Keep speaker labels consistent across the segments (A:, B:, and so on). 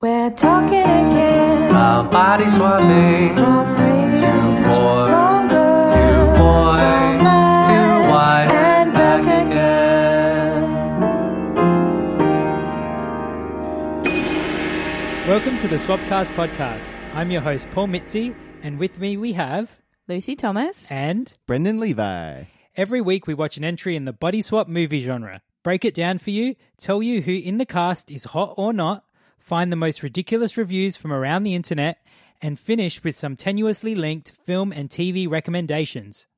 A: We're talking again.
B: My body swapping to
A: From rich,
B: poor,
A: from good,
B: to boy,
A: from
B: to
A: bad,
B: white,
A: and back
B: again.
C: Welcome to the Swapcast podcast. I'm your host, Paul Mitzi, and with me we have
D: Lucy Thomas.
C: and
E: Brendan Levi.
C: every week we watch an entry in the body swap movie genre, break it down for you, tell you who in the cast is hot or not, find the most ridiculous reviews from around the internet, and finish with some tenuously linked film and TV recommendations.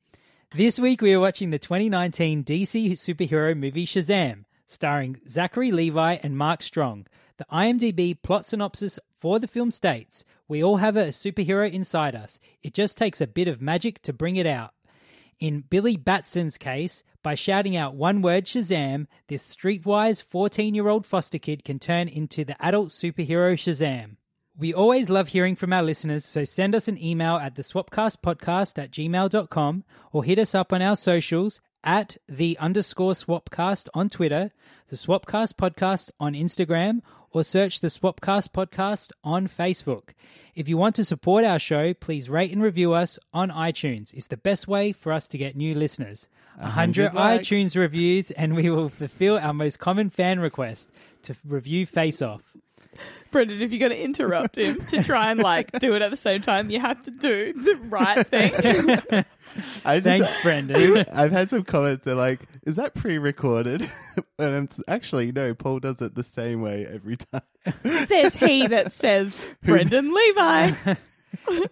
C: This week we are watching the 2019 DC superhero movie Shazam, starring Zachary Levi and Mark Strong. The IMDb plot synopsis for the film states We all have a superhero inside us. It just takes a bit of magic to bring it out. In Billy Batson's case, by shouting out one word Shazam, this streetwise 14 year old foster kid can turn into the adult superhero Shazam. We always love hearing from our listeners, so send us an email at the swapcastpodcast at gmail.com or hit us up on our socials at the underscore swapcast on Twitter, the swapcast podcast on Instagram, or search the swapcast podcast on Facebook. If you want to support our show, please rate and review us on iTunes. It's the best way for us to get new listeners. 100
E: 100 likes.
C: iTunes reviews, and we will fulfill our most common fan request to review Face Off.
D: Brendan, if you're going to interrupt him to try and like do it at the same time, you have to do the right thing.
E: I just- uh,
C: Thanks, Brendan.
E: I've had some comments. They're like, "Is that pre-recorded?" and I'm s- actually no. Paul does it the same way every time.
D: says he that says Brendan Levi.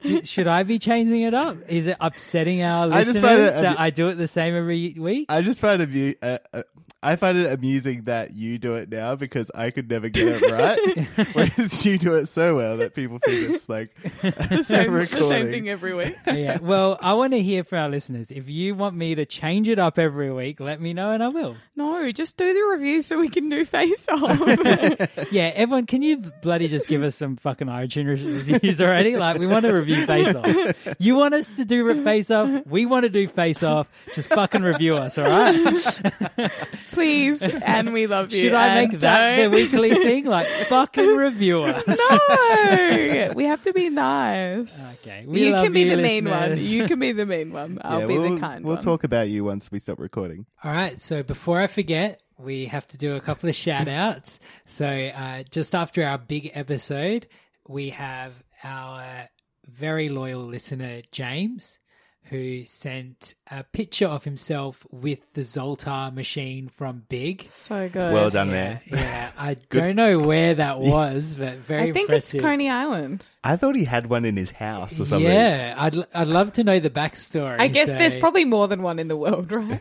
C: D- Should I be changing it up? Is it upsetting our
E: I just
C: listeners
E: find it-
C: that I do it the same every week?
E: I just find amu- uh, uh, I find it amusing that you do it now because I could never get it right, whereas you do it so well that people think it's like
D: The same, the same
E: Recording.
D: thing every week.
C: yeah. Well, I want to hear from our listeners. If you want me to change it up every week, let me know and I will.
D: No, just do the review so we can do face off.
C: Yeah, everyone, can you bloody just give us some fucking iTunes reviews already? Like, we want to review Face Off. You want us to do Face Off? We want to do Face Off. Just fucking review us, all right?
D: Please, and we love you.
C: Should I
D: and
C: make that the
D: don't-
C: weekly thing? Like, fucking review us.
D: No, we have to be nice.
C: Okay, we
D: you
C: love
D: can be
C: you,
D: the mean one.
C: listeners.
D: You can be the mean one. I'll
E: Yeah,
D: be
E: we'll,
D: the kind
E: We'll
D: one.
E: talk about you once we stop recording.
C: All right. So before I forget, we have to do a couple of shout outs. So uh, just after our big episode, we have our very loyal listener, James, who sent a picture of himself with the Zoltar machine from Big.
D: So good.
E: Well done,
C: Yeah,
E: there.
C: yeah. I don't know where that was, but very
D: I think
C: impressive.
D: it's Coney Island.
E: I thought he had one in his house or something.
C: Yeah, I'd, l- I'd love to know the backstory.
D: I guess there's
C: so-
D: probably more than one in the world, right?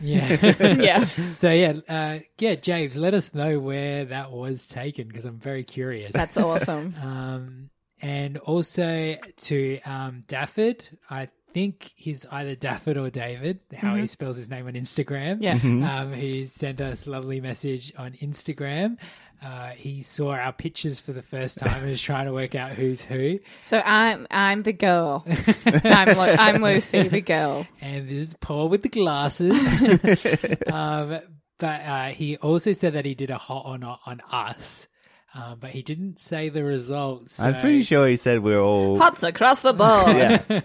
C: yeah.
D: yeah.
C: So yeah, uh, yeah, James, let us know where that was taken because I'm very curious.
D: That's awesome.
C: Um, and also to um, Dafford, I think he's either Dafford or David, how he spells his name on Instagram.
D: Mm-hmm. Yeah.
C: Um, who sent us a lovely message on Instagram. Uh, he saw our pictures for the first time and is trying to work out who's who.
D: So I'm I'm the girl. I'm Lu- I'm Lucy, the girl.
C: and this is Paul with the glasses. um, but uh, he also said that he did a hot or not on us, um, but he didn't say the results. So,
F: I'm pretty sure he said we're all.
D: Pots across the board.
F: Yeah.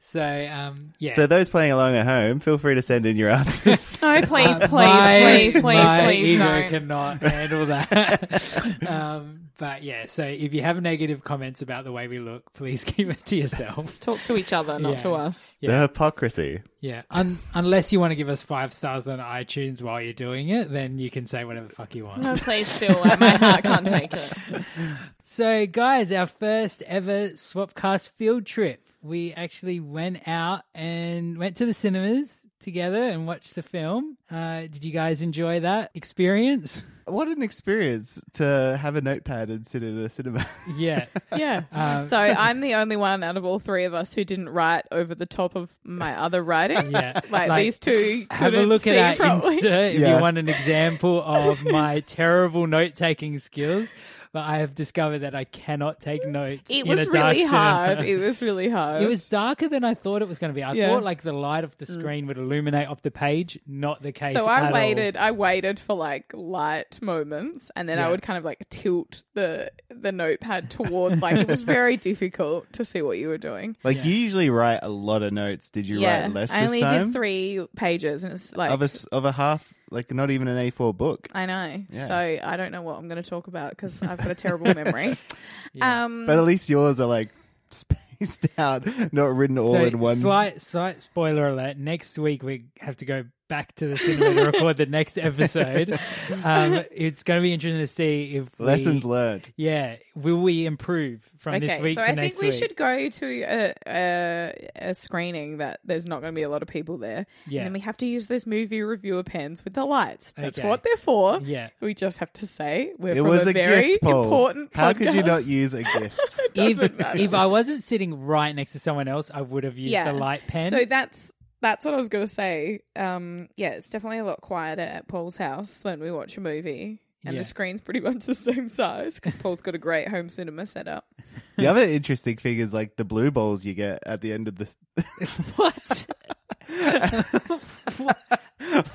C: So um, yeah.
F: So those playing along at home, feel free to send in your answers.
D: No, please, please,
C: Uh,
D: please,
C: my-
D: please, please,
C: my ego
D: don't.
C: cannot handle that. um, but yeah, so if you have negative comments about the way we look, please keep it to yourselves.
D: Talk to each other, not
C: Yeah.
D: to us.
F: The hypocrisy.
C: Yeah, Un- unless you want to give us five stars on iTunes while you're doing it, then you can say whatever the fuck you want.
D: No, please, still. Like, my heart can't take it.
C: So, guys, our first ever Swapcast field trip. We actually went out and went to the cinemas together and watched the film. Uh, did you guys enjoy that experience?
E: what an experience to have a notepad and sit in a cinema.
C: Yeah.
D: Yeah.
C: Uh,
D: so I'm the only one out of all three of us who didn't write over the top of my other writing.
C: Yeah.
D: Like, these two
C: Have a
D: couldn't
C: look
D: see
C: at our
D: properly.
C: Insta if
E: Yeah.
C: you want an example of my terrible note taking skills. But I have discovered that I cannot take notes.
D: It
C: in
D: was
C: a dark
D: really
C: cinema.
D: hard. It was really hard.
C: It was darker than I thought it was going to be. I
D: Yeah.
C: thought like the light of the screen would illuminate up the page. Not the case.
D: So
C: at
D: I
C: all.
D: waited. I waited for like light moments, and then
C: Yeah.
D: I would kind of like tilt the the notepad toward. Like it was very difficult to see what you were doing.
E: like you usually write a lot of notes. Did you
D: yeah,
E: write less
D: I
E: this
D: only
E: time?
D: did three pages, and it's like
E: of a s- of a half, like not even an A4 book.
D: I know.
E: Yeah.
D: So I don't know what I'm going to talk about because I've got a terrible memory. Um,
E: But at least yours are like spaced out, not written all
C: so
E: in one.
C: Slight, slight spoiler alert. Next week we have to go back to the cinema to record the next episode. Um, it's going to be interesting to see if we-
E: Lessons learned.
C: Yeah, will we improve from
D: okay,
C: this week
D: so
C: to
D: I
C: next
D: think we
C: week?
D: should go to a, a, a screening that there's not going to be a lot of people there.
C: Yeah.
D: And then we have to use those movie reviewer pens with the lights. That's
C: Okay.
D: what they're for.
C: Yeah.
D: We just have to say we're
E: It
D: from
E: was
D: a,
E: a
D: very
E: gift poll.
D: important
E: How could you
D: podcast.
E: not use a gift?
D: It
C: If,
D: doesn't matter.
C: if I wasn't sitting right next to someone else, I would have used the light pen.
D: So that's that's what I was going to say. Um, yeah, it's definitely a lot quieter at Paul's house when we watch a movie, and
C: Yeah.
D: the screen's pretty much the same size because Paul's got a great home cinema setup.
E: the other interesting thing is like the blue balls you get at the end of this.
C: what?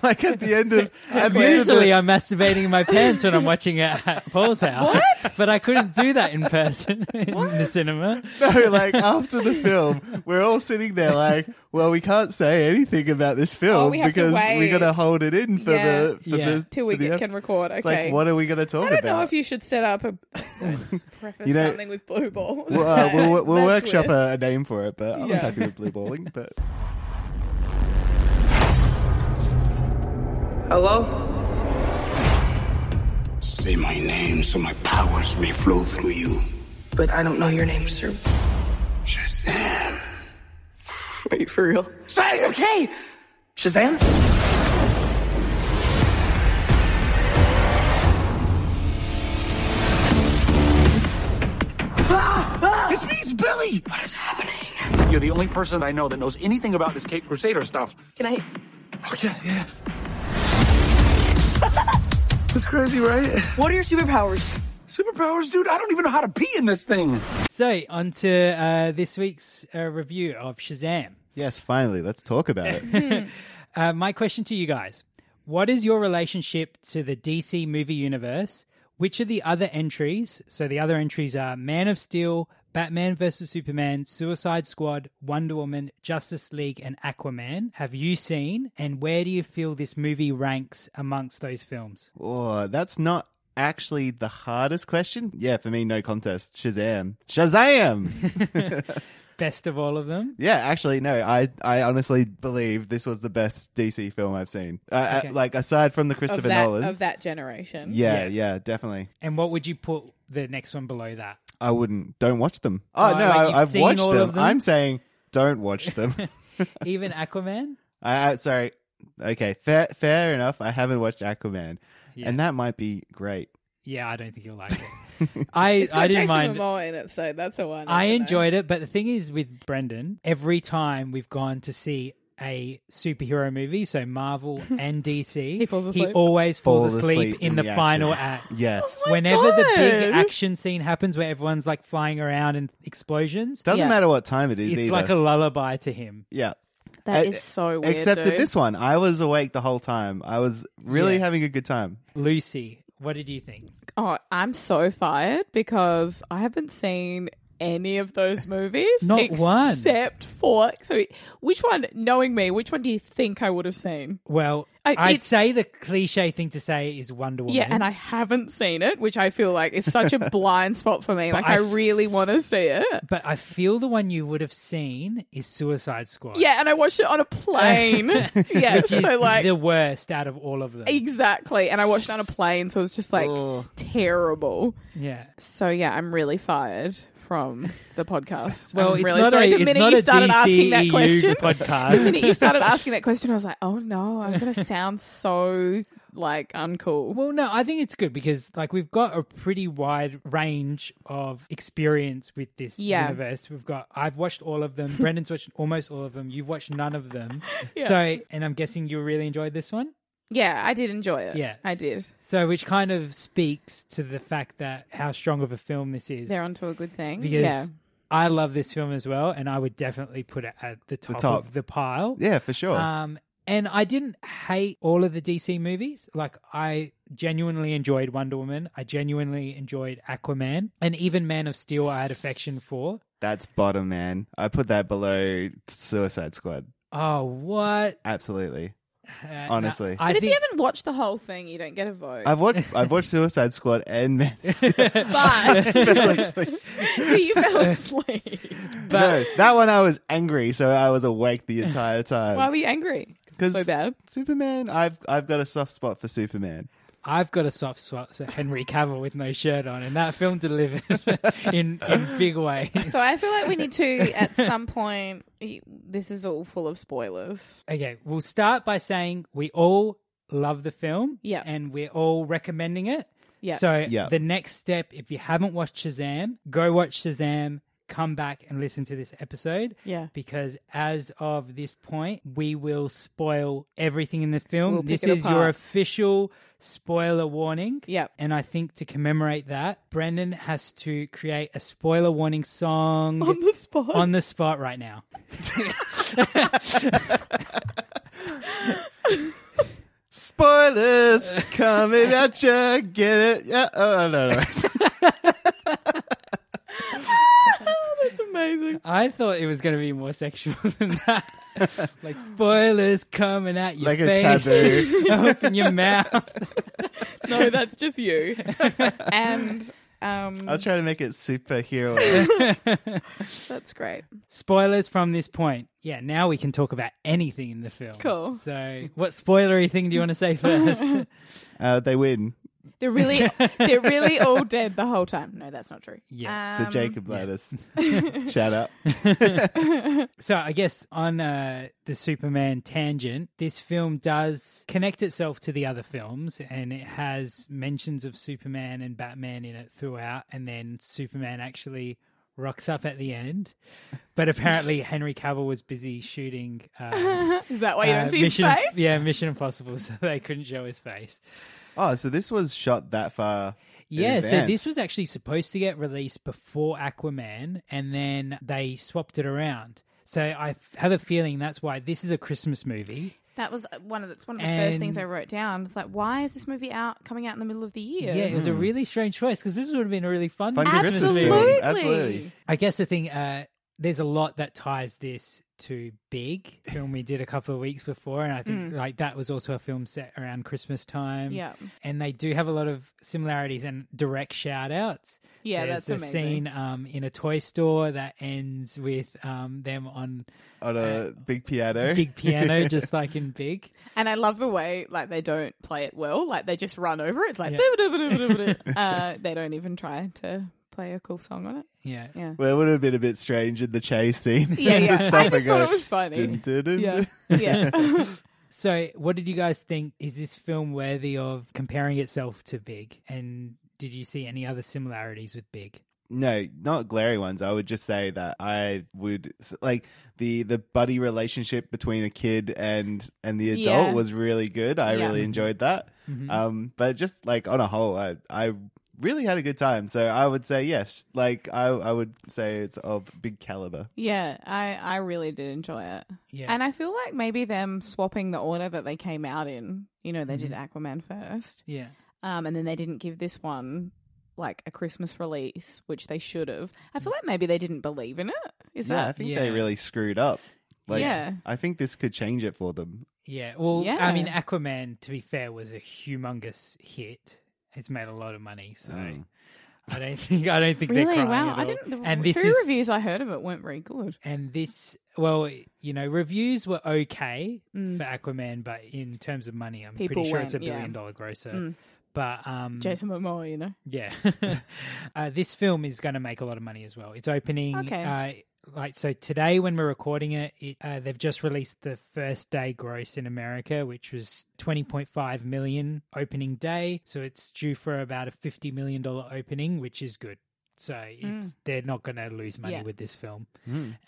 E: like at the end of at the end of
C: Usually,
E: the,
C: I'm masturbating in my pants when I'm watching it at Paul's house. But I couldn't do that in person in the cinema.
E: no, like after the film, we're all sitting there like, well, we can't say anything about this film
D: Oh, we have to
E: because we're gonna
D: wait.
E: hold it in for
D: Yeah.
E: the for
C: Yeah.
E: the
D: Till we
E: for the
D: get, can
E: episode.
D: record. Okay.
E: It's like, what are we gonna talk
D: I don't
E: about?
D: know if you should set up a let's preface
E: You know-
D: something with blue balls.
E: We'll, uh, we'll, we'll, we'll
D: That's
E: workshop
D: weird.
E: a, a name for it, but I was
D: Yeah.
E: happy with blue balling. But
B: Hello?
G: Say my name so my powers may flow through you.
H: But I don't know your name, sir.
G: Shazam!
H: Are you for real?
G: Say okay!
H: Shazam?
G: This means Billy!
H: What is happening?
G: You're the only person I know that knows anything about this Cape Crusader stuff.
H: Can I?
G: Oh, yeah, yeah. it's crazy, right?
H: What are your superpowers?
G: Superpowers, dude, I don't even know how to pee in this thing.
C: So, on to uh, this week's uh, review of Shazam.
E: yes, finally, let's talk about it.
C: Uh, my question to you guys What is your relationship to the DC movie universe? Which are the other entries? So, the other entries are Man of Steel, Batman vs. Superman, Suicide Squad, Wonder Woman, Justice League, and Aquaman. Have you seen? And where do you feel this movie ranks amongst those films?
E: oh, that's not actually the hardest question. Yeah, for me, no contest. Shazam! Shazam!
C: Best of all of them?
E: Yeah, actually, no. I, I honestly believe this was the best DC film I've seen. Uh,
C: Okay.
E: uh, like aside from the
D: of
E: Christopher
D: that,
E: Nolan.
D: of that generation.
E: Yeah,
C: Yeah.
E: yeah, definitely.
C: And what would you put the next one below that?
E: I wouldn't. Don't watch them. Oh,
C: Oh,
E: no,
C: like you've
E: I, I've
C: seen
E: watched
C: all
E: them.
C: of them?
E: I'm saying don't watch them.
C: Even Aquaman?
E: I, I sorry. Okay, fair fair enough. I haven't watched Aquaman,
C: Yeah.
E: and that might be great.
C: Yeah, I don't think you'll like it. I,
D: It's got
C: I didn't
D: Jason
C: mind.
D: Momoa in it, so that's a one.
C: I
D: don't know.
C: enjoyed it, but the thing is with Brendan, every time we've gone to see a superhero movie, so Marvel and DC,
D: He falls asleep.
C: always falls
E: Fall
C: asleep, in, the,
E: action.
C: final act.
E: Yes,
C: Whenever the big
D: God.
C: action scene happens where everyone's like flying around and explosions,
E: doesn't
D: Yeah.
E: matter what time it is
C: it's
E: either.
C: like a lullaby to him.
E: yeah.
D: That
E: Uh,
D: is so weird.
E: Except
D: dude.
E: that this one, I was awake the whole time. I was really
C: Yeah.
E: having a good time.
C: Lucy, what did you think?
D: Oh, I'm so fired because I haven't seen any of those movies.
C: Not
D: except
C: one.
D: Except for. So, which one, knowing me, which one do you think I would have seen?
C: Well,
D: I-
C: I, would
D: it-
C: say the cliche thing to say is Wonder Woman.
D: Yeah, and I haven't seen it, which I feel like is such a blind spot for me. Like,
C: I
D: I,
C: f-
D: really want to see it.
C: but I feel the one you would have seen is Suicide Squad.
D: Yeah, and I watched it on a plane. yeah,
C: Which is
D: so like.
C: the worst out of all of them.
D: Exactly. And I watched it on a plane, so it was just like terrible.
C: Yeah.
D: So yeah, I'm really fired from the podcast.
C: Well,
D: I'm
C: it's
D: really
C: not
D: sorry.
C: a-
D: the
C: it's
D: minute
C: not
D: you
C: a
D: started asking that
C: DCEU
D: question,
C: podcast.
D: the minute you started asking that question, I was like, oh no, I'm going to sound so like uncool.
C: Well, no, I think it's good because like we've got a pretty wide range of experience with this
D: Yeah.
C: universe. We've got I've watched all of them. Brendan's watched almost all of them. You've watched none of them. So, and I'm guessing you really enjoyed this one.
D: Yeah, I did enjoy it.
C: Yeah.
D: Uh, I did.
C: So, which kind of speaks to the fact that how strong of a film this is.
D: They're onto a good thing.
C: because
D: yeah.
C: I love this film as well, and I would definitely put it at the top,
E: top.
C: of the pile.
E: Yeah, for sure.
D: Uh,
C: Um, and I didn't hate all of the DC movies. Like, I genuinely enjoyed Wonder Woman. I genuinely enjoyed Aquaman. And even Man of Steel, I had affection for.
E: That's bottom, man. I put that below Suicide Squad.
C: Oh, what?
E: Absolutely.
C: Uh, no,
E: Honestly.
C: I
D: But if
C: think
D: you haven't watched the whole thing, you don't get a vote.
E: I've watched I've watched Suicide Squad and Man of Steel.
D: but you fell asleep.
E: no, that one I was angry, so I was awake the entire time.
D: Why were you angry? so bad.
E: Superman, I've I've got a soft spot for Superman.
C: I've got a soft spot for Henry Cavill with no shirt on, and that film delivered in, in big ways.
D: So I feel like we need to, at some point, y- this is all full of spoilers.
C: Okay, we'll start by saying we all love the film.
D: Yeah.
C: And we're all recommending it.
D: Yeah.
C: So
E: Yeah.
C: the next step, if you haven't watched Shazam, go watch Shazam, come back and listen to this episode.
D: Yeah.
C: Because as of this point, we will spoil everything in the film.
D: We'll pick
C: this
D: it
C: is your
D: apart.
C: official spoiler warning.
D: Yep.
C: And I think to commemorate that, Brendan has to create a spoiler warning song
D: On the spot.
C: on the spot right now.
E: Spoilers coming at you. Get it? Yeah. Oh no, no.
D: That's amazing.
C: I thought it was going to be more sexual than that. like spoilers coming at your
E: Like a
C: face,
E: taboo.
C: open your mouth.
D: No, that's just you. and um,
E: I was trying to make it superhero.
D: that's great.
C: Spoilers from this point. Yeah, now we can talk about anything in the film.
D: Cool.
C: So, what spoilery thing do you want to say first?
E: uh, they win.
D: They're really, they're really all dead the whole time. No, that's not true. Uh,
C: Yeah.
E: The
D: Um,
E: Jacob Lattice. Shout out.
C: so, I guess on uh, the Superman tangent, this film does connect itself to the other films and it has mentions of Superman and Batman in it throughout. And then Superman actually rocks up at the end. But apparently, Henry Cavill was busy shooting. Um,
D: Is that why you don't
C: uh,
D: see his
C: Mission-
D: face?
C: Yeah, Mission Impossible, so they couldn't show his face.
E: Oh, so this was shot that far. in
C: Yeah, so
E: advance.
C: this was actually supposed to get released before Aquaman, and then they swapped it around. So I f- have a feeling that's why this is a Christmas movie.
D: That was uh, one of that's one of the first things I
C: And-
D: wrote down. It's like, why is this movie out coming out in the middle of the year?
C: Yeah, it was a really strange choice because this would have been a really Hmm. fun,
E: Fun
C: Christmas
E: Christmas
C: movie.
E: movie.
D: Absolutely.
E: Absolutely.
C: I guess the thing, uh, there's a lot that ties this to Big, film we did a couple of weeks before, and I think like that was also a film set around Christmas time.
D: Mm. Yeah.
C: and they do have a lot of similarities and direct shout outs.
D: Yeah,
C: There's
D: that's
C: a
D: amazing.
C: scene um, in a toy store that ends with um, them on
E: on a big piano.
C: uh, big piano, just like in Big.
D: And I love the way like they don't play it well. Like they just run over it. It's like "Boo-ba-doo-ba-doo-ba-doo-ba-doo." uh, they don't even try to play a cool song on it.
C: Yeah.
D: Yeah.
E: Well, it would have been a bit strange in the chase scene.
D: Yeah, yeah.
E: Just
D: I
E: stop and
D: just thought
E: go,
D: it was funny.
E: "Dun, dun, dun,
D: Yeah.
E: dun."
D: Yeah.
C: So, what did you guys think? Is this film worthy of comparing itself to Big? And did you see any other similarities with Big?
E: No, not glary ones. I would just say that I would like the the buddy relationship between a kid and and the adult
D: Yeah.
E: was really good. I
D: Yeah.
E: really enjoyed that. Um, but just like on a whole, I I really had a good time. So I would say yes. Like I I would say it's of big caliber.
D: yeah. I, I really did enjoy it.
C: Yeah.
D: And I feel like maybe them swapping the order that they came out in. You know, they did
C: Mm-hmm.
D: Aquaman first.
C: Yeah.
D: um, and then they didn't give this one like a Christmas release, which they should have. I
C: Mm.
D: feel like maybe they didn't believe in it. Is
E: No, I
D: that
E: think
C: Yeah.
E: they really screwed up. Like
D: Yeah.
E: I think this could change it for them.
C: Yeah. Well, I
D: Yeah.
C: mean, Aquaman, to be fair, was a humongous hit. It's made a lot of money, so I don't think I don't think they're
D: really
C: crying
D: wow?
C: at
D: I
C: all.
D: didn't. The
C: and
D: two
C: this is,
D: reviews I heard of it weren't very good.
C: And this, well, you know, reviews were okay for Aquaman, but in terms of money, I'm
D: Mm. People
C: pretty sure it's a
D: went, yeah. Mm.
C: billion dollar grosser. But um,
D: Jason Momoa, you know.
C: yeah, uh, this film is going to make a lot of money as well. It's opening.
D: Okay.
C: Uh, like so today when we're recording it, it uh, they've just released the first day gross in America, which was 20.5 million opening day. So it's due for about a 50 million dollar opening, which is good. So it's, they're not going to lose money
D: Mm. Yeah.
C: with this film.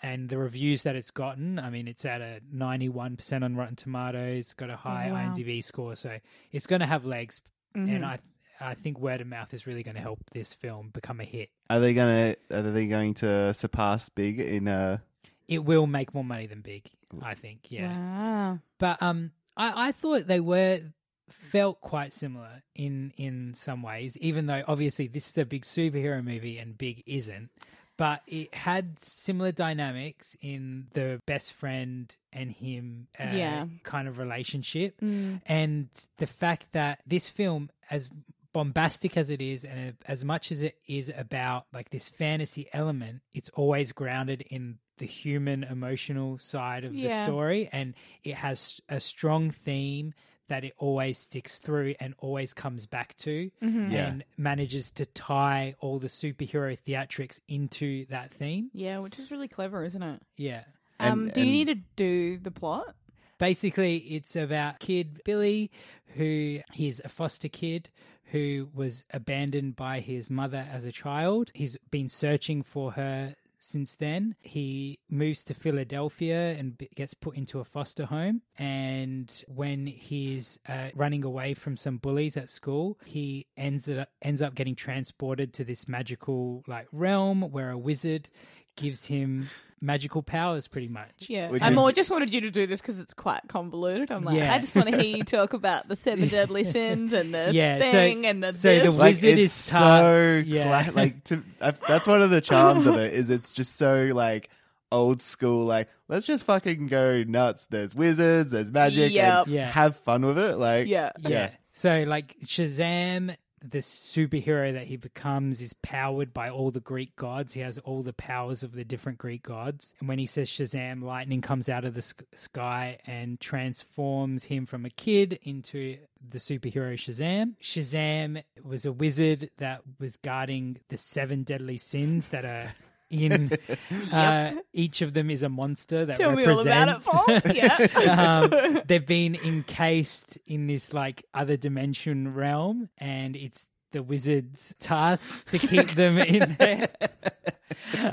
C: And the reviews that it's gotten, I mean, it's at a 91% on Rotten Tomatoes, got a high
D: wow.
C: IMDb score, so it's going to have legs. And I I think word of mouth is really going to help this film become a hit.
E: Are they gonna? Are they going to surpass Big in uh
C: It will make more money than Big, I think. Yeah.
D: Wow.
C: but um I, I thought they were felt quite similar in in some ways even though obviously this is a big superhero movie and big isn't but it had similar dynamics in the best friend and him uh,
D: Yeah.
C: kind of relationship
D: Mm.
C: and the fact that this film as bombastic as it is and as much as it is about like this fantasy element it's always grounded in the human emotional side of the
D: Yeah.
C: story and it has a strong theme that it always sticks through and always comes back to
D: Mm-hmm.
E: Yeah.
C: and manages to tie all the superhero theatrics into that theme
D: Yeah, which is really clever, isn't it?
C: yeah
D: Um,
E: And-
D: do you
E: and-
D: need to do the plot?
C: Basically, it's about kid Billy, who he's a foster kid who was abandoned by his mother as a child. He's been searching for her since then. He moves to Philadelphia and b- gets put into a foster home. And when he's uh, running away from some bullies at school, he ends up, ends up getting transported to this magical like realm where a wizard gives him magical powers pretty much.
D: Yeah.
E: Which
D: I
E: is-
D: more just wanted you to do this because it's quite convoluted. I'm like,
C: Yeah.
D: I just want to hear you talk about the seven deadly sins and the
C: Yeah, so-
D: thing and the
C: so the
D: this.
C: wi-
E: like
C: Wizard
E: it's
C: is
E: so
C: tough.
E: cla-
C: Yeah.
E: like to, I, that's one of the charms of it is it's just so like old school like let's just fucking go nuts there's wizards there's magic
D: Yep.
E: and
C: Yeah.
E: have fun with it like
D: yeah.
C: yeah. So like Shazam, the superhero that he becomes is powered by all the Greek gods. He has all the powers of the different Greek gods. And when he says Shazam, lightning comes out of the sk- sky and transforms him from a kid into the superhero Shazam. Shazam was a wizard that was guarding the seven deadly sins that are in uh, each of them is a monster that
D: Tell me all
C: represents
D: about it, Paul. Yeah.
C: um, they've been encased in this like other dimension realm, and it's the wizard's task to keep them in there.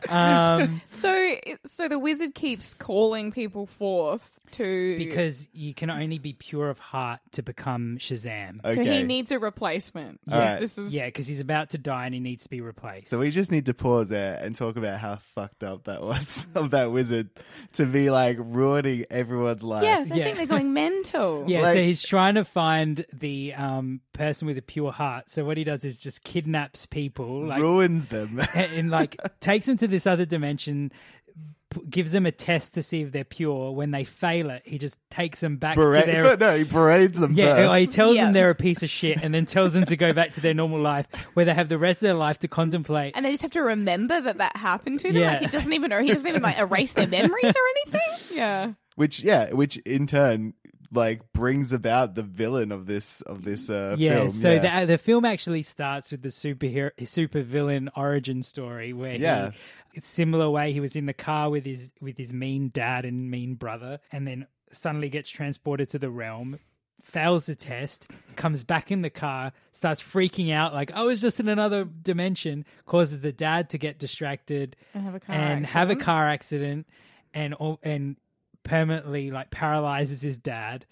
C: Um,
D: so, so the wizard keeps calling people forth to
C: because you can only be pure of heart to become Shazam.
D: So
E: okay
D: he needs a replacement.
E: All
D: Yes,
E: right.
D: This is
C: Yeah, because he's about to die and he needs to be replaced.
E: so we just need to pause there and talk about how fucked up that was of that wizard to be like ruining everyone's life
D: Yeah, they
C: Yeah.
D: think they're going mental.
C: yeah,
E: like-
C: so he's trying to find the um, person with a pure heart. So what he does is just kidnaps people, like
E: ruins them
C: and, and, like takes them to this other dimension p- gives them a test to see if they're pure when they fail it he just takes them back
E: Bera-
C: to their
E: no he parades them
C: yeah
E: first.
C: or he tells
D: Yeah.
C: them they're a piece of shit and then tells them to go back to their normal life where they have the rest of their life to contemplate
D: And they just have to remember that that happened to them.
C: Yeah.
D: Like he doesn't even know. He doesn't even like erase their memories or anything. Yeah.
E: which yeah which in turn like brings about the villain of this of this uh
C: yeah
E: film,
C: so
E: yeah.
C: The, the film actually starts with the superhero super villain origin story where
E: Yeah.
C: he it's similar way he was in the car with his with his mean dad and mean brother and then suddenly gets transported to the realm fails the test comes back in the car starts freaking out like i was just in another dimension causes the dad to get distracted
D: And have a car
C: and have a
D: accident.
C: car accident and all and permanently like paralyzes his dad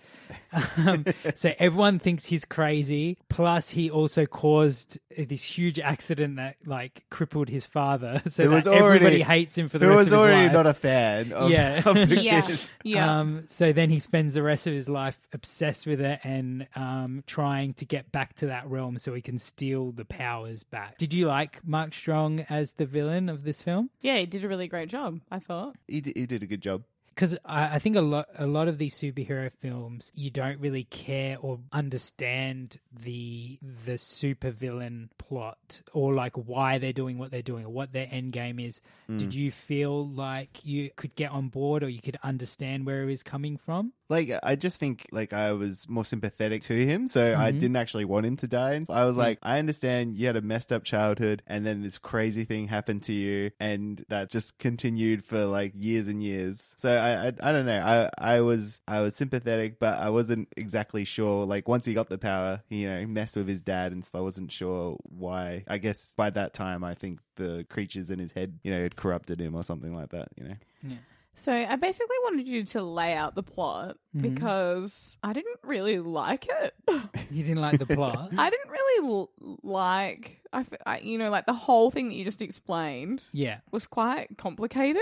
C: um, so everyone thinks he's crazy plus he also caused this huge accident that like crippled his father so
E: There
C: that
E: was already-
C: everybody hates him for the
E: who
C: rest
E: was
C: of his
E: already
C: life
E: not a fan of,
C: Yeah.
E: of the
D: Yeah.
E: kid.
D: Yeah.
C: um, so then he spends the rest of his life obsessed with it and um, trying to get back to that realm so he can steal the powers back did you like mark strong as the villain of this film
D: yeah, he did a really great job, I thought.
E: He, d- he did a good job
C: because I, I think a lot a lot of these superhero films you don't really care or understand the the supervillain plot or like why they're doing what they're doing or what their end game is. Did you feel like you could get on board or you could understand where he was coming from?
E: Like I just think like I was more sympathetic to him, so I didn't actually want him to die. And I was like, I understand you had a messed up childhood, and then this crazy thing happened to you, and that just continued for like years and years. So I I, I don't know. I I was I was sympathetic, but I wasn't exactly sure. Like once he got the power, you know, he messed with his dad, and so I wasn't sure why. I guess by that time, I think the creatures in his head, you know, had corrupted him or something like that. You know.
D: So I basically wanted you to lay out the plot
C: Mm-hmm.
D: because I didn't really like it.
C: You didn't like the plot.
D: I didn't really l- like, I, f- I- you know, like the whole thing that you just explained
C: yeah,
D: was quite complicated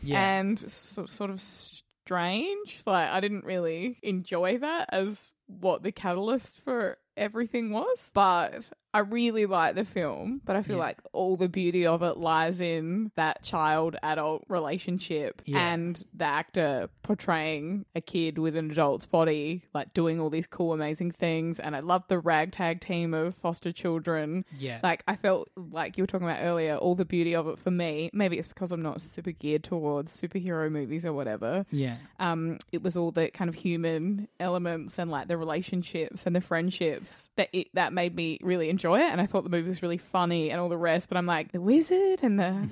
C: Yeah.
D: and so, sort of strange. Like I didn't really enjoy that as what the catalyst for everything was, but I really like the film, but I feel like all the beauty of it lies in that child adult relationship
C: Yeah.
D: and the actor portraying a kid with an adult's body, like doing all these cool, amazing things. And I love the ragtag team of foster children.
C: Yeah.
D: Like I felt like you were talking about earlier, all the beauty of it for me, maybe it's because I'm not super geared towards superhero movies or whatever.
C: yeah,
D: Um, it was all the kind of human elements and like the relationships and the friendships that it, that made me really enjoy it. And I thought the movie was really funny and all the rest. But I'm like the wizard and the,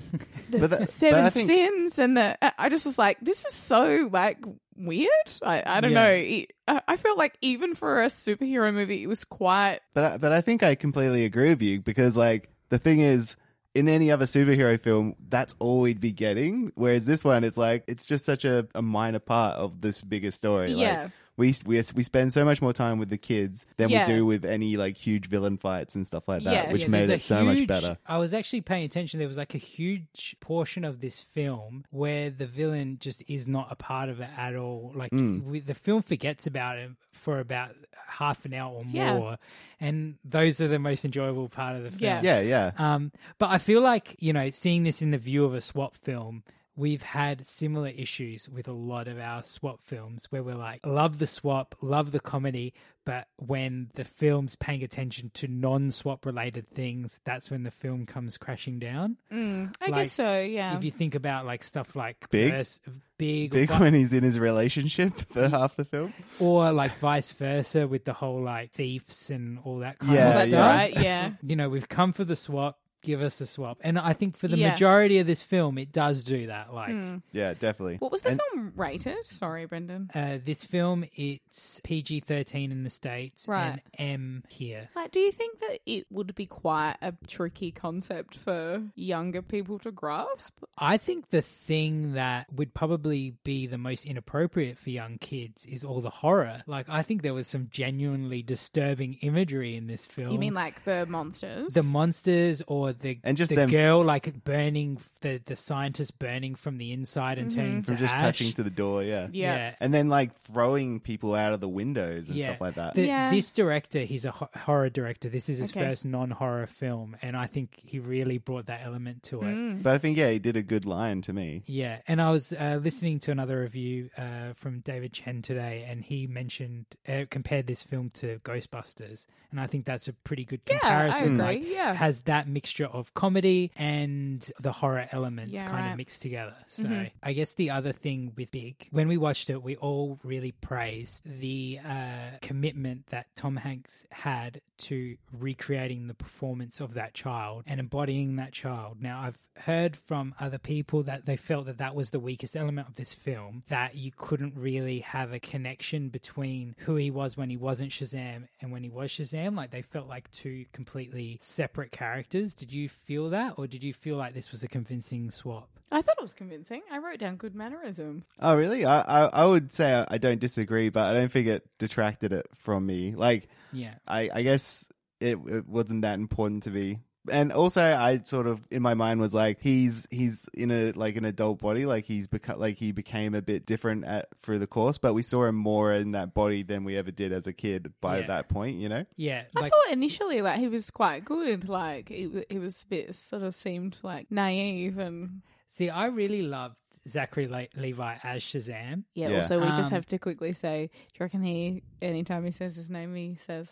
D: the
E: But that- but
D: seven
E: I think-
D: sins and the. I- I just was like, this is so like weird. I, I don't
C: Yeah.
D: know. It- I, I felt like even for a superhero movie, it was quite
E: But I, but I think I completely agree with you because like the thing is in any other superhero film that's all we'd be getting whereas this one it's like it's just such a, a minor part of this bigger story
D: Yeah.
E: like we, we we spend so much more time with the kids than
D: Yeah.
E: we do with any like huge villain fights and stuff like that
D: Yeah,
E: which
D: yeah.
E: made
C: There's a
E: it so much
C: huge-
E: better
C: I was actually paying attention. There was like a huge portion of this film where the villain just is not a part of it at all. Like
E: Hmm.
C: we, the film forgets about him for about half an hour or
D: Yeah.
C: more, and those are the most enjoyable part of the film.
D: Yeah.
E: yeah yeah
C: Um, but I feel like you know, seeing this in the view of a SWAT film, we've had similar issues with a lot of our SWAT films where we're like, love the swap, love the comedy, but when the film's paying attention to non-swap related things, that's when the film comes crashing down.
D: I
C: Like,
D: guess so. Yeah.
C: If you think about like stuff like
E: Big?
C: vers- big,
E: big
C: or, vi-
E: when he's in his relationship for half the film
C: or like vice versa with the whole like thieves and all that kind
E: Yeah,
C: of
D: That's
C: stuff.
E: yeah.
D: right. Yeah.
C: you know, we've come for the swap, give us the swap. And I think for the
D: Yeah. Hmm.
C: majority of this film, it does do that. Like,
E: yeah definitely
D: What was the
E: And-
D: film rated? Sorry, Brendan.
C: uh, this film, it's PG 13 in the States
D: Right.
C: and M here.
D: Like, do you think that it would be quite a tricky concept for younger people to grasp?
C: I think the thing that would probably be the most inappropriate for young kids is all the horror. Like, I think there was some genuinely disturbing imagery in this film.
D: You mean like the monsters?
C: Oh. the monsters or the
E: And just
C: the
E: them-
C: girl like burning the the scientist burning from the inside and turning
E: from
C: to
E: just
C: ash.
E: touching to the door yeah
D: Mm-hmm. Yeah.
E: and then like throwing people out of the windows and
C: yeah.
E: stuff like that
C: The-
D: Yeah.
C: This director, he's a ho- horror director. This is his
D: Okay.
C: first non-horror film, and I think he really brought that element to it.
D: Mm.
E: but i think yeah he did a good line to me
C: Yeah, and I was uh, listening to another review uh, from David Chen today, and he mentioned uh, compared this film to Ghostbusters, and I think that's a pretty good
D: Yeah, I
C: comparison.
D: agree,
C: Like,
D: yeah.
C: has that mixture of comedy and the horror elements
D: Yeah,
C: kind
D: right.
C: of mixed together. So I guess the other thing with Big, when we watched it, we all really praised the uh, commitment that Tom Hanks had to recreating the performance of that child and embodying that child. Now I've heard from other people that they felt that that was the weakest element of this film, that you couldn't really have a connection between who he was when he wasn't Shazam and when he was Shazam. Like they felt like two completely separate characters. Did you feel that, or did you feel like this was a convincing swap?
D: I thought it was convincing. I wrote down good mannerisms.
E: Oh, really? I, I, I would say I- I don't disagree, but I don't think it detracted it from me. Like,
C: Yeah.
E: I, I guess it, it wasn't that important to me. And also, I sort of in my mind was like, he's he's in a like an adult body, like he's beca- like he became a bit different at through the course, but we saw him more in that body than we ever did as a kid. By
C: Yeah.
E: that point, you know,
C: Yeah,
D: I
C: like
D: thought initially like he was quite good. Like he, w- he was a bit sort of seemed like naive and
C: see, I really loved Zachary Le- Levi as Shazam.
D: Yeah,
E: Yeah.
D: also, we just
C: Um,
D: have to quickly say do you reckon he, anytime he says his name, he says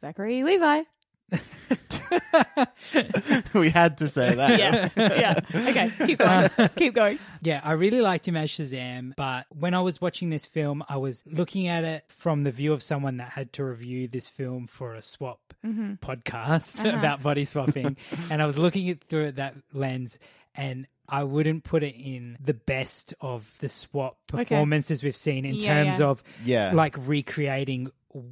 D: Zachary Levi?
E: we had to say that.
D: Yeah. yeah. Okay, keep going. keep going.
C: Yeah, I really liked him as Shazam, but when I was watching this film, I was looking at it from the view of someone that had to review this film for a swap
D: Mm-hmm.
C: podcast
D: Uh-huh.
C: about body swapping. and I was looking it through that lens and I wouldn't put it in the best of the swap
D: Okay.
C: performances we've seen in
D: Yeah,
C: terms
D: yeah.
C: of
E: Yeah.
C: like recreating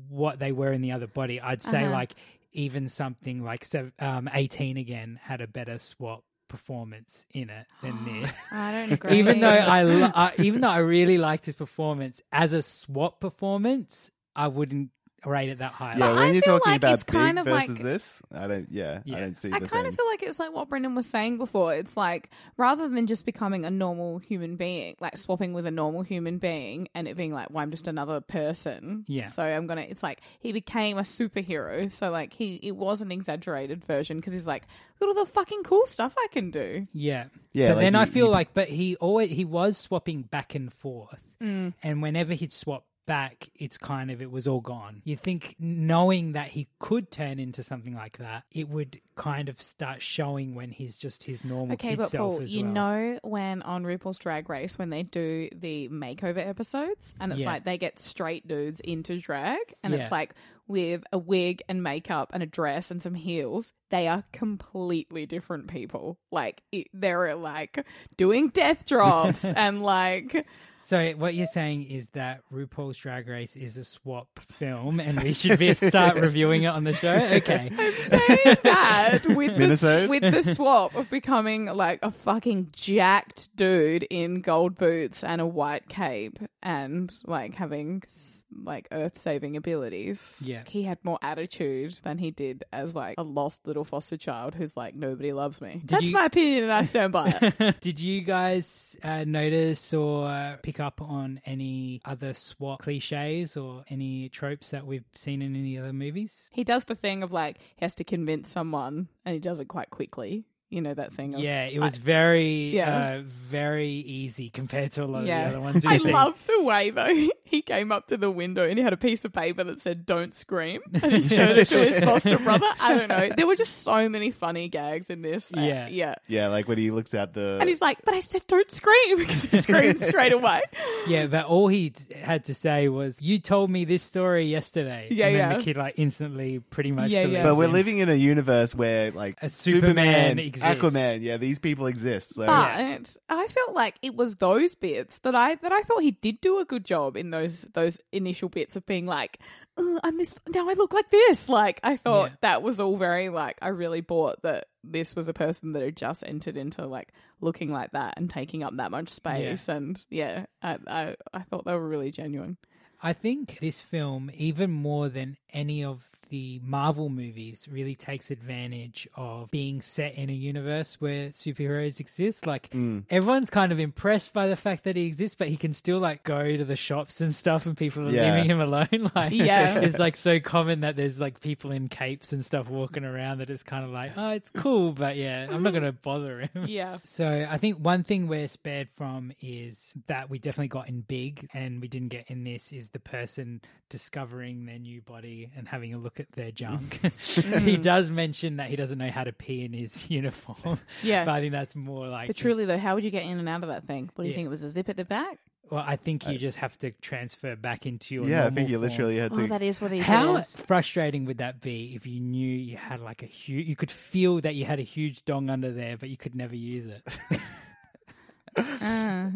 C: what they were in the other body. I'd say like even something like sev- um, 18 again had a better swap performance in it than this
D: I don't agree.
C: even though I, lo- I even though I really liked his performance as a swap performance, I wouldn't rate it that high.
E: Yeah,
D: But
E: when
D: I
E: you're
D: feel
E: talking
D: like
E: about
D: it's kind of
E: big
D: like-
E: versus this, I don't. Yeah,
C: Yeah.
E: I don't see
D: I
E: the
D: kind
E: same.
D: of feel like it's like what Brendan was saying before. It's like rather than just becoming a normal human being, like swapping with a normal human being and it being like, well, I'm just another person.
C: Yeah.
D: So I'm going to, it's like he became a superhero. So like he, it was an exaggerated version because he's like, look at all the fucking cool stuff I can do.
C: yeah,
E: Yeah,
C: But
E: like
C: then I
E: he-
C: feel
E: he-
C: like, but he always he was swapping back and forth,
D: Mm.
C: and whenever he'd swap back, it's kind of it was all gone. You think knowing that he could turn into something like that, it would kind of start showing when he's just his normal
D: Okay,
C: kid
D: but
C: self
D: Paul,
C: as
D: you
C: well.
D: know when on RuPaul's Drag Race when they do the makeover episodes, and it's
C: Yeah.
D: like they get straight dudes into drag, and
C: Yeah.
D: it's like with a wig and makeup and a dress and some heels, they are completely different people. Like it, they're like doing death drops and like
C: So what you're saying is that RuPaul's Drag Race is a swap film, and we should be, start reviewing it on the show. Okay,
D: saying that with the,
E: Minnesota?
D: with the swap of becoming like a fucking jacked dude in gold boots and a white cape and like having s- like earth saving abilities.
C: Yeah.
D: He had more attitude than he did as like a lost little foster child who's like, nobody loves me. That's
C: you-
D: my opinion and I stand by it.
C: Did you guys uh, notice or uh, pick up on any other SWAT cliches or any tropes that we've seen in any other movies?
D: He does the thing of like, he has to convince someone and he does it quite quickly. You know, that thing of.
C: Yeah, it was very,
D: yeah.
C: uh, very easy compared to a lot
D: Yeah.
C: of Oh, the other ones we've
D: I
C: seen.
D: love the way though he came up to the window and he had a piece of paper that said "Don't scream" and he showed it to his foster brother. I don't know. There were just so many funny gags in this. Uh,
C: Yeah.
D: yeah.
E: yeah, like when he looks at the.
D: And he's like, "But I said don't scream" because he screamed straight away.
C: yeah, but all he d- had to say was, "You told me this story yesterday."
D: Yeah,
C: and then
D: yeah.
C: The kid like instantly, pretty much.
D: Yeah, yeah.
C: delivers
E: but we're
C: him.
E: living in a universe where like
C: A Superman
E: Superman,
C: exists.
E: Aquaman, yeah, these people exist. So
D: But I felt like it was those bits that I that I thought he did do a good job in those those initial bits of being like, "Ugh, I'm this now I look like this. Like I thought
C: Yeah.
D: that was all very like I really bought that this was a person that had just entered into like looking like that and taking up that much space and yeah, I, I I thought they were really genuine.
C: I think this film, even more than any of the Marvel movies, really takes advantage of being set in a universe where superheroes exist. Like everyone's kind of impressed by the fact that he exists, but he can still like go to the shops and stuff, and people are
E: Yeah.
C: leaving him alone. Like,
D: Yeah.
C: it's like so common that there's like people in capes and stuff walking around that it's kind of like, oh, it's cool, but yeah, I'm not gonna bother him.
D: Yeah.
C: So I think one thing we're spared from is that we definitely got in big and we didn't get in this is the person discovering their new body and having a look at their junk.
E: Mm.
C: he
D: Mm.
C: does mention that he doesn't know how to pee in his uniform.
D: Yeah.
C: But I think that's more like
D: But truly though, how would you get in and out of that thing? What do you
C: Yeah.
D: think it was a zip at the back?
C: well, I think you just have to transfer back into your
E: yeah, I
C: normal
E: think you
C: form.
E: literally had
D: Oh,
E: to.
D: that is what he
C: How
D: said.
C: frustrating would that be if you knew you had like a huge, you could feel that you had a huge dong under there, but you could never use it?
D: Uh.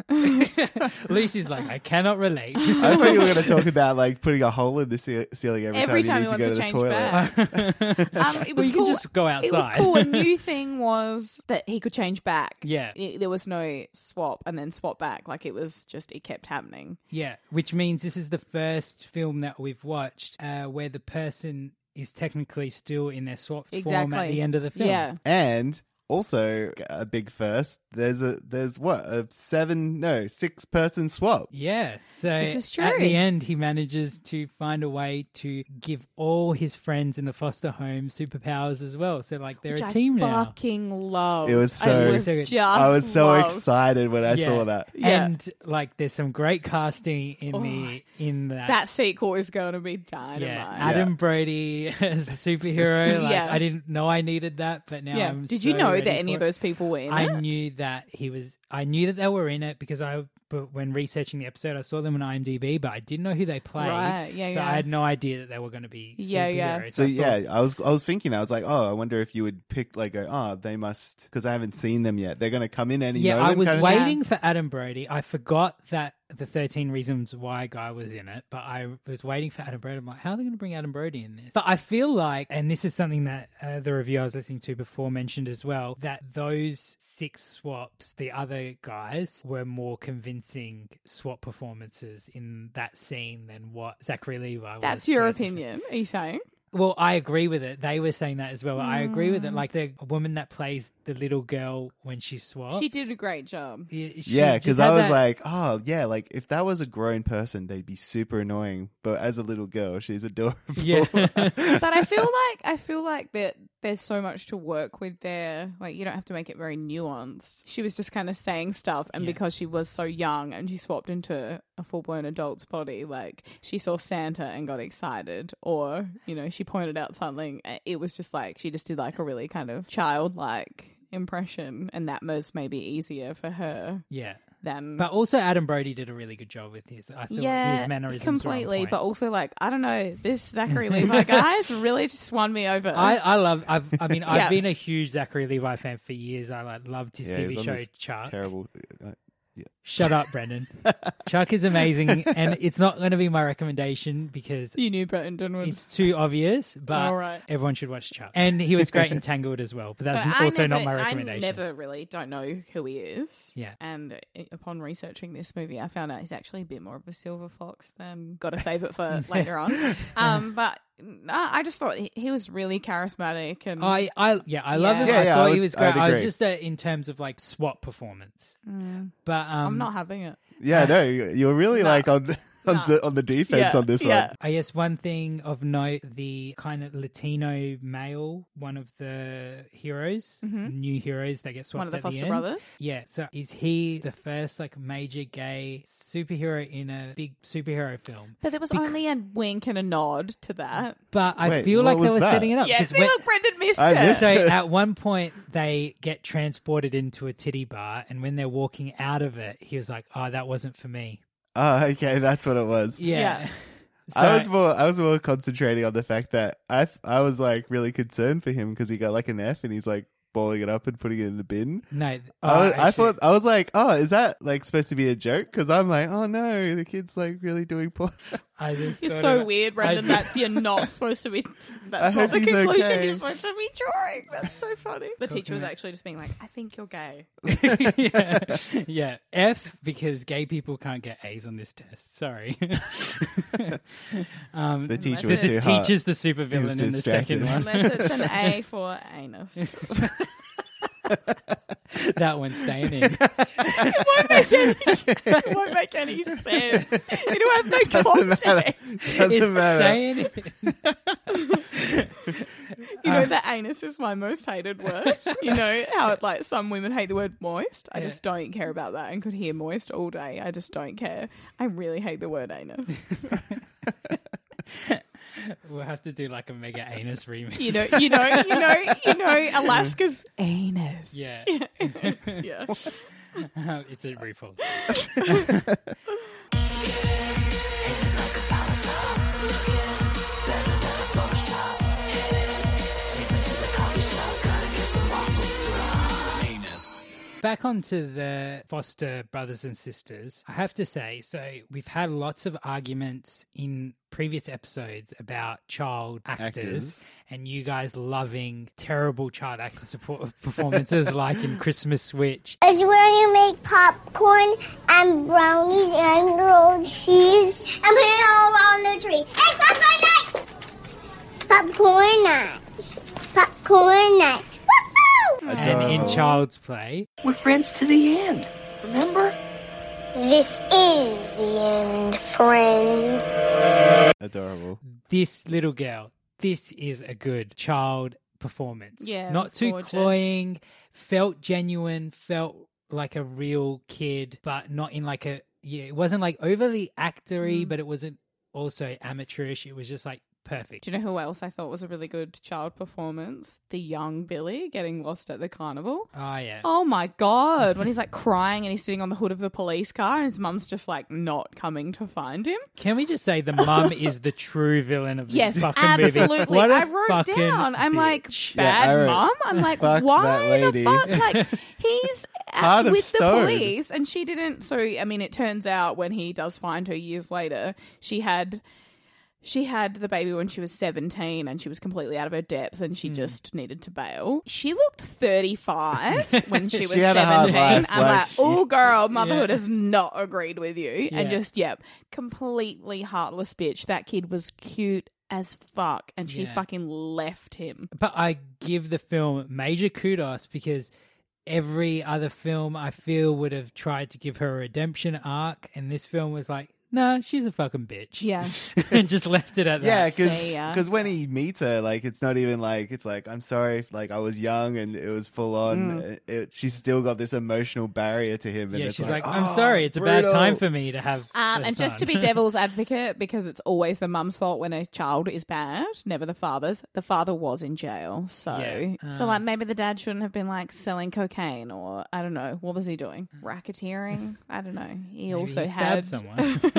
C: Lucy's like, I cannot relate.
E: I thought you were going to talk about like putting a hole in the ceil- ceiling every,
D: every
E: time,
D: time,
E: you
D: he
E: need to go to
D: wants
E: the
D: to, change
E: toilet.
D: back. um, it was
C: you can
D: cool.
C: just go
D: It was
C: outside.
D: cool. A new thing was that he could change back.
C: Yeah.
D: It- there was no swap and then swap back. Like it was just it kept happening.
C: yeah, which means this is the first film that we've watched uh, where the person is technically still in their swapped form at
D: Exactly.
C: the end of the film.
D: Yeah.
E: And also a big first. There's a there's what a seven no six person swap.
C: Yeah, so
D: This is true.
C: at the end, he manages to find a way to give all his friends in the foster home superpowers as well. So, like, they're
D: Which
C: a
D: I
C: team now.
D: Fucking love.
E: It was so-
D: I,
E: It
C: was so good.
D: just
E: I was so
D: loved.
E: excited when I saw that.
D: Yeah. Oh,
C: And like, there's some great casting in the in that.
D: That sequel is going to be
C: yeah,
D: dynamite.
C: Adam Brody as a superhero. Like,
D: Yeah.
C: I didn't know I needed that, but now
D: Yeah.
C: I'm.
D: Did you
C: so
D: know
C: ready
D: that any
C: for
D: of
C: it.
D: those people were in
C: I
D: it?
C: knew that he was. I knew that they were in it because I, but when researching the episode, I saw them on IMDb, but I didn't know who they played.
D: Right, yeah,
C: so
D: yeah.
C: I had no idea that they were going to be.
D: Yeah, yeah.
C: superheroes.
E: So
C: I thought-
E: yeah, I was I was thinking that I was like, oh, I wonder if you would pick like, go, oh, they must because I haven't seen them yet. They're gonna come in any
C: yeah.
E: moment.
C: I was
E: kind of thing.
C: waiting for Adam Brody. I forgot that the Thirteen Reasons Why guy was in it, but I was waiting for Adam Brody. I'm like, how are they going to bring Adam Brody in this? But I feel like, and this is something that uh, the review I was listening to before mentioned as well, that those six swaps, the other guys, were more convincing swap performances in that scene than what Zachary Levi. was
D: That's your
C: versus-
D: opinion. Are you saying?
C: well, I agree with it. They were saying that as well. I agree
D: Mm.
C: with it. Like the woman that plays the little girl when she swaps.
D: She did a great job.
C: Yeah, she
E: Yeah,
C: just
E: because
C: had
E: I was
C: that-
E: like, oh yeah, like if that was a grown person, they'd be super annoying. But as a little girl, she's adorable.
C: yeah,
E: oh.
D: But I feel like I feel like that there's so much to work with there. Like you don't have to make it very nuanced. She was just kind of saying stuff, and
C: Yeah.
D: because she was so young and she swapped into a full blown adult's body, like she saw Santa and got excited, or you know she pointed out something. Uh, It was just like she just did like a really kind of childlike impression, and that was maybe easier for her
C: yeah.
D: than
C: But also, Adam Brody did a really good job with his. I feel like his mannerisms
D: completely.
C: Were
D: But
C: on point.
D: also, like, I don't know, this Zachary Levi guy's really just won me over.
C: I, I love. I've, I mean, I've
D: Yeah.
C: been a huge Zachary Levi fan for years. I like loved his
E: Yeah, he's
C: TV
E: on
C: show
E: this
C: Chuck.
E: Terrible. uh,
C: Shut up, Brendan. Chuck is amazing, and it's not going to be my recommendation because
D: you knew Brendan would.
C: it's too obvious. But
D: All right.
C: everyone should watch Chuck. And he was great in Tangled as well. But that's
D: But I
C: also not
D: never-
C: my recommendation.
D: I never really don't know who he is.
C: Yeah.
D: And i- upon researching this movie, I found out he's actually a bit more of a silver fox than got to save it for later on. Um, but nah, I just thought he, he was really charismatic and
C: I, I, yeah, I love
D: Mm. Yeah.
C: him.
D: Yeah,
C: I
E: yeah,
C: thought
E: I
C: he
E: would-
C: was
E: I would
C: great. I was
E: agree.
C: just uh, in terms of like SWAT performance, but
D: Mm. I'm
C: um,
D: not having it.
E: Yeah, no, you- you're really like on on, the, on the defense
D: Yeah,
E: on this
D: yeah.
E: one.
C: I guess one thing of note, the kind of Latino male, one of the heroes, new heroes that get swapped
D: Mm-hmm. One of the
C: at
D: foster
C: end.
D: brothers.
C: Yeah. So is he the first like major gay superhero in a big superhero film?
D: But there was only a wink and a nod to that.
C: But I
E: Wait,
C: feel like
E: what
C: they
E: was
C: were
E: that?
C: setting it up.
D: Yeah,
C: 'cause
D: see,
C: Oh, when-
D: look, Brendan missed
E: I
D: it.
E: missed
C: so
E: it.
C: at one point they get transported into a titty bar, and when they're walking out of it, he was like, "Oh, that wasn't for me."
E: Oh, okay, that's what it was.
C: Yeah.
D: Yeah.
E: I
C: So-
E: was more I was more concentrating on the fact that I I was like really concerned for him because he got like an F and he's like balling it up and putting it in the bin.
C: no.
E: I,
C: oh,
E: was, Uh, I
C: actually-
E: thought I was like, oh, is that like supposed to be a joke? Because I'm like, oh no, the kid's like really doing porn.
C: I just
D: You're
C: thought
D: so
C: about-
D: weird, Brendan.
C: I-
D: That's you're not supposed to be.
E: I
D: That's not
E: hope
D: the
E: he's
D: conclusion
E: okay.
D: you're supposed to be drawing. That's so funny. The teacher was actually just being like, "I think you're gay."
C: yeah. yeah. F because gay people can't get A's on this test. Sorry.
E: The teacher
C: Because
E: was too
C: it
E: hot.
C: teaches the supervillain
E: was
C: in the second
E: distracted.
C: one.
D: Unless it's an A for anus. It
C: that one's staying in.
D: won't make any, it won't make any sense. It'll have no
E: Doesn't matter.
D: context.
E: Doesn't
C: it's
E: matter.
C: staying in.
D: You
E: Uh.
D: know, the anus is my most hated word. You know how it, like some women hate the word moist. I just don't care about that and could hear moist all day. I just don't care. I really hate the word anus.
C: We'll have to do like a mega anus remix.
D: You know, you know, you know, you know, Alaska's anus.
C: Yeah.
D: Yeah.
C: it's a RuPaul. Back onto the foster brothers and sisters. I have to say, so we've had lots of arguments in previous episodes about child actors,
E: Actors.
C: and you guys loving terrible child actor support performances like in Christmas Switch
A: It's where you make popcorn and brownies and rolled cheese and put it all around the tree. Hey, popcorn night! Popcorn night. Popcorn night. Woohoo!
C: and in Child's Play.
H: We're friends to the end. Remember?
A: This is the end, friend.
E: Adorable.
C: This little girl, this is a good child performance.
D: Yeah, it
C: Not
D: was
C: too
D: gorgeous.
C: cloying, felt genuine, felt like a real kid, but not in like a, yeah, it wasn't like overly actory,
D: Mm.
C: but it wasn't also amateurish. It was just like perfect.
D: Do you know who else I thought was a really good child performance? The young Billy getting lost at the carnival.
C: Oh, yeah.
D: Oh my god! When he's like crying and he's sitting on the hood of the police car and his mum's just like not coming to find him.
C: Can we just say the mum is the true villain of this
D: Yes,
C: fucking movie?
D: absolutely.
C: What a
D: I wrote
C: fucking
D: down. I'm like
C: bitch.
E: Yeah, I
D: bad
E: wrote,
D: mum. I'm like
E: "Fuck
D: why
E: that
D: the
E: lady."
D: fuck? Like he's at,
E: Heart of
D: with the
E: stone.
D: police, and she didn't. So I mean, it turns out when he does find her years later, she had. She had the baby when she was 17 and she was completely out of her depth and she just needed to bail. She looked 35 when she was 17.
E: had a hard life,
D: I'm
E: like-
D: like, oh, girl, motherhood
C: Yeah.
D: has not agreed with you.
C: Yeah.
D: And just, yep, completely heartless bitch. That kid was cute as fuck and she
C: Yeah.
D: fucking left him.
C: But I give the film major kudos because every other film I feel would have tried to give her a redemption arc, and this film was like, nah, she's a fucking bitch.
D: Yeah.
C: and just left it at
E: Yeah,
C: that.
E: because
D: say, uh,
E: when he meets her, like it's not even like it's like I'm sorry, if, like I was young and it was full on. It, it- she's still got this emotional barrier to him, and
C: Mm. Yeah,
E: it's
C: she's like,
E: like,
C: I'm
E: "Oh,
C: sorry, it's a bad
E: brutal."
C: time for me to have.
D: Um,
C: a
D: and just to
C: son."
D: be devil's advocate, because it's always the mum's fault when a child is bad, never the father's. The father was in jail, so
C: Yeah. Um,
D: so like maybe the dad shouldn't have been like selling cocaine or I don't know what was he doing, racketeering? I don't know. He
C: Mm. Maybe
D: also
C: he
D: had
C: stabbed someone.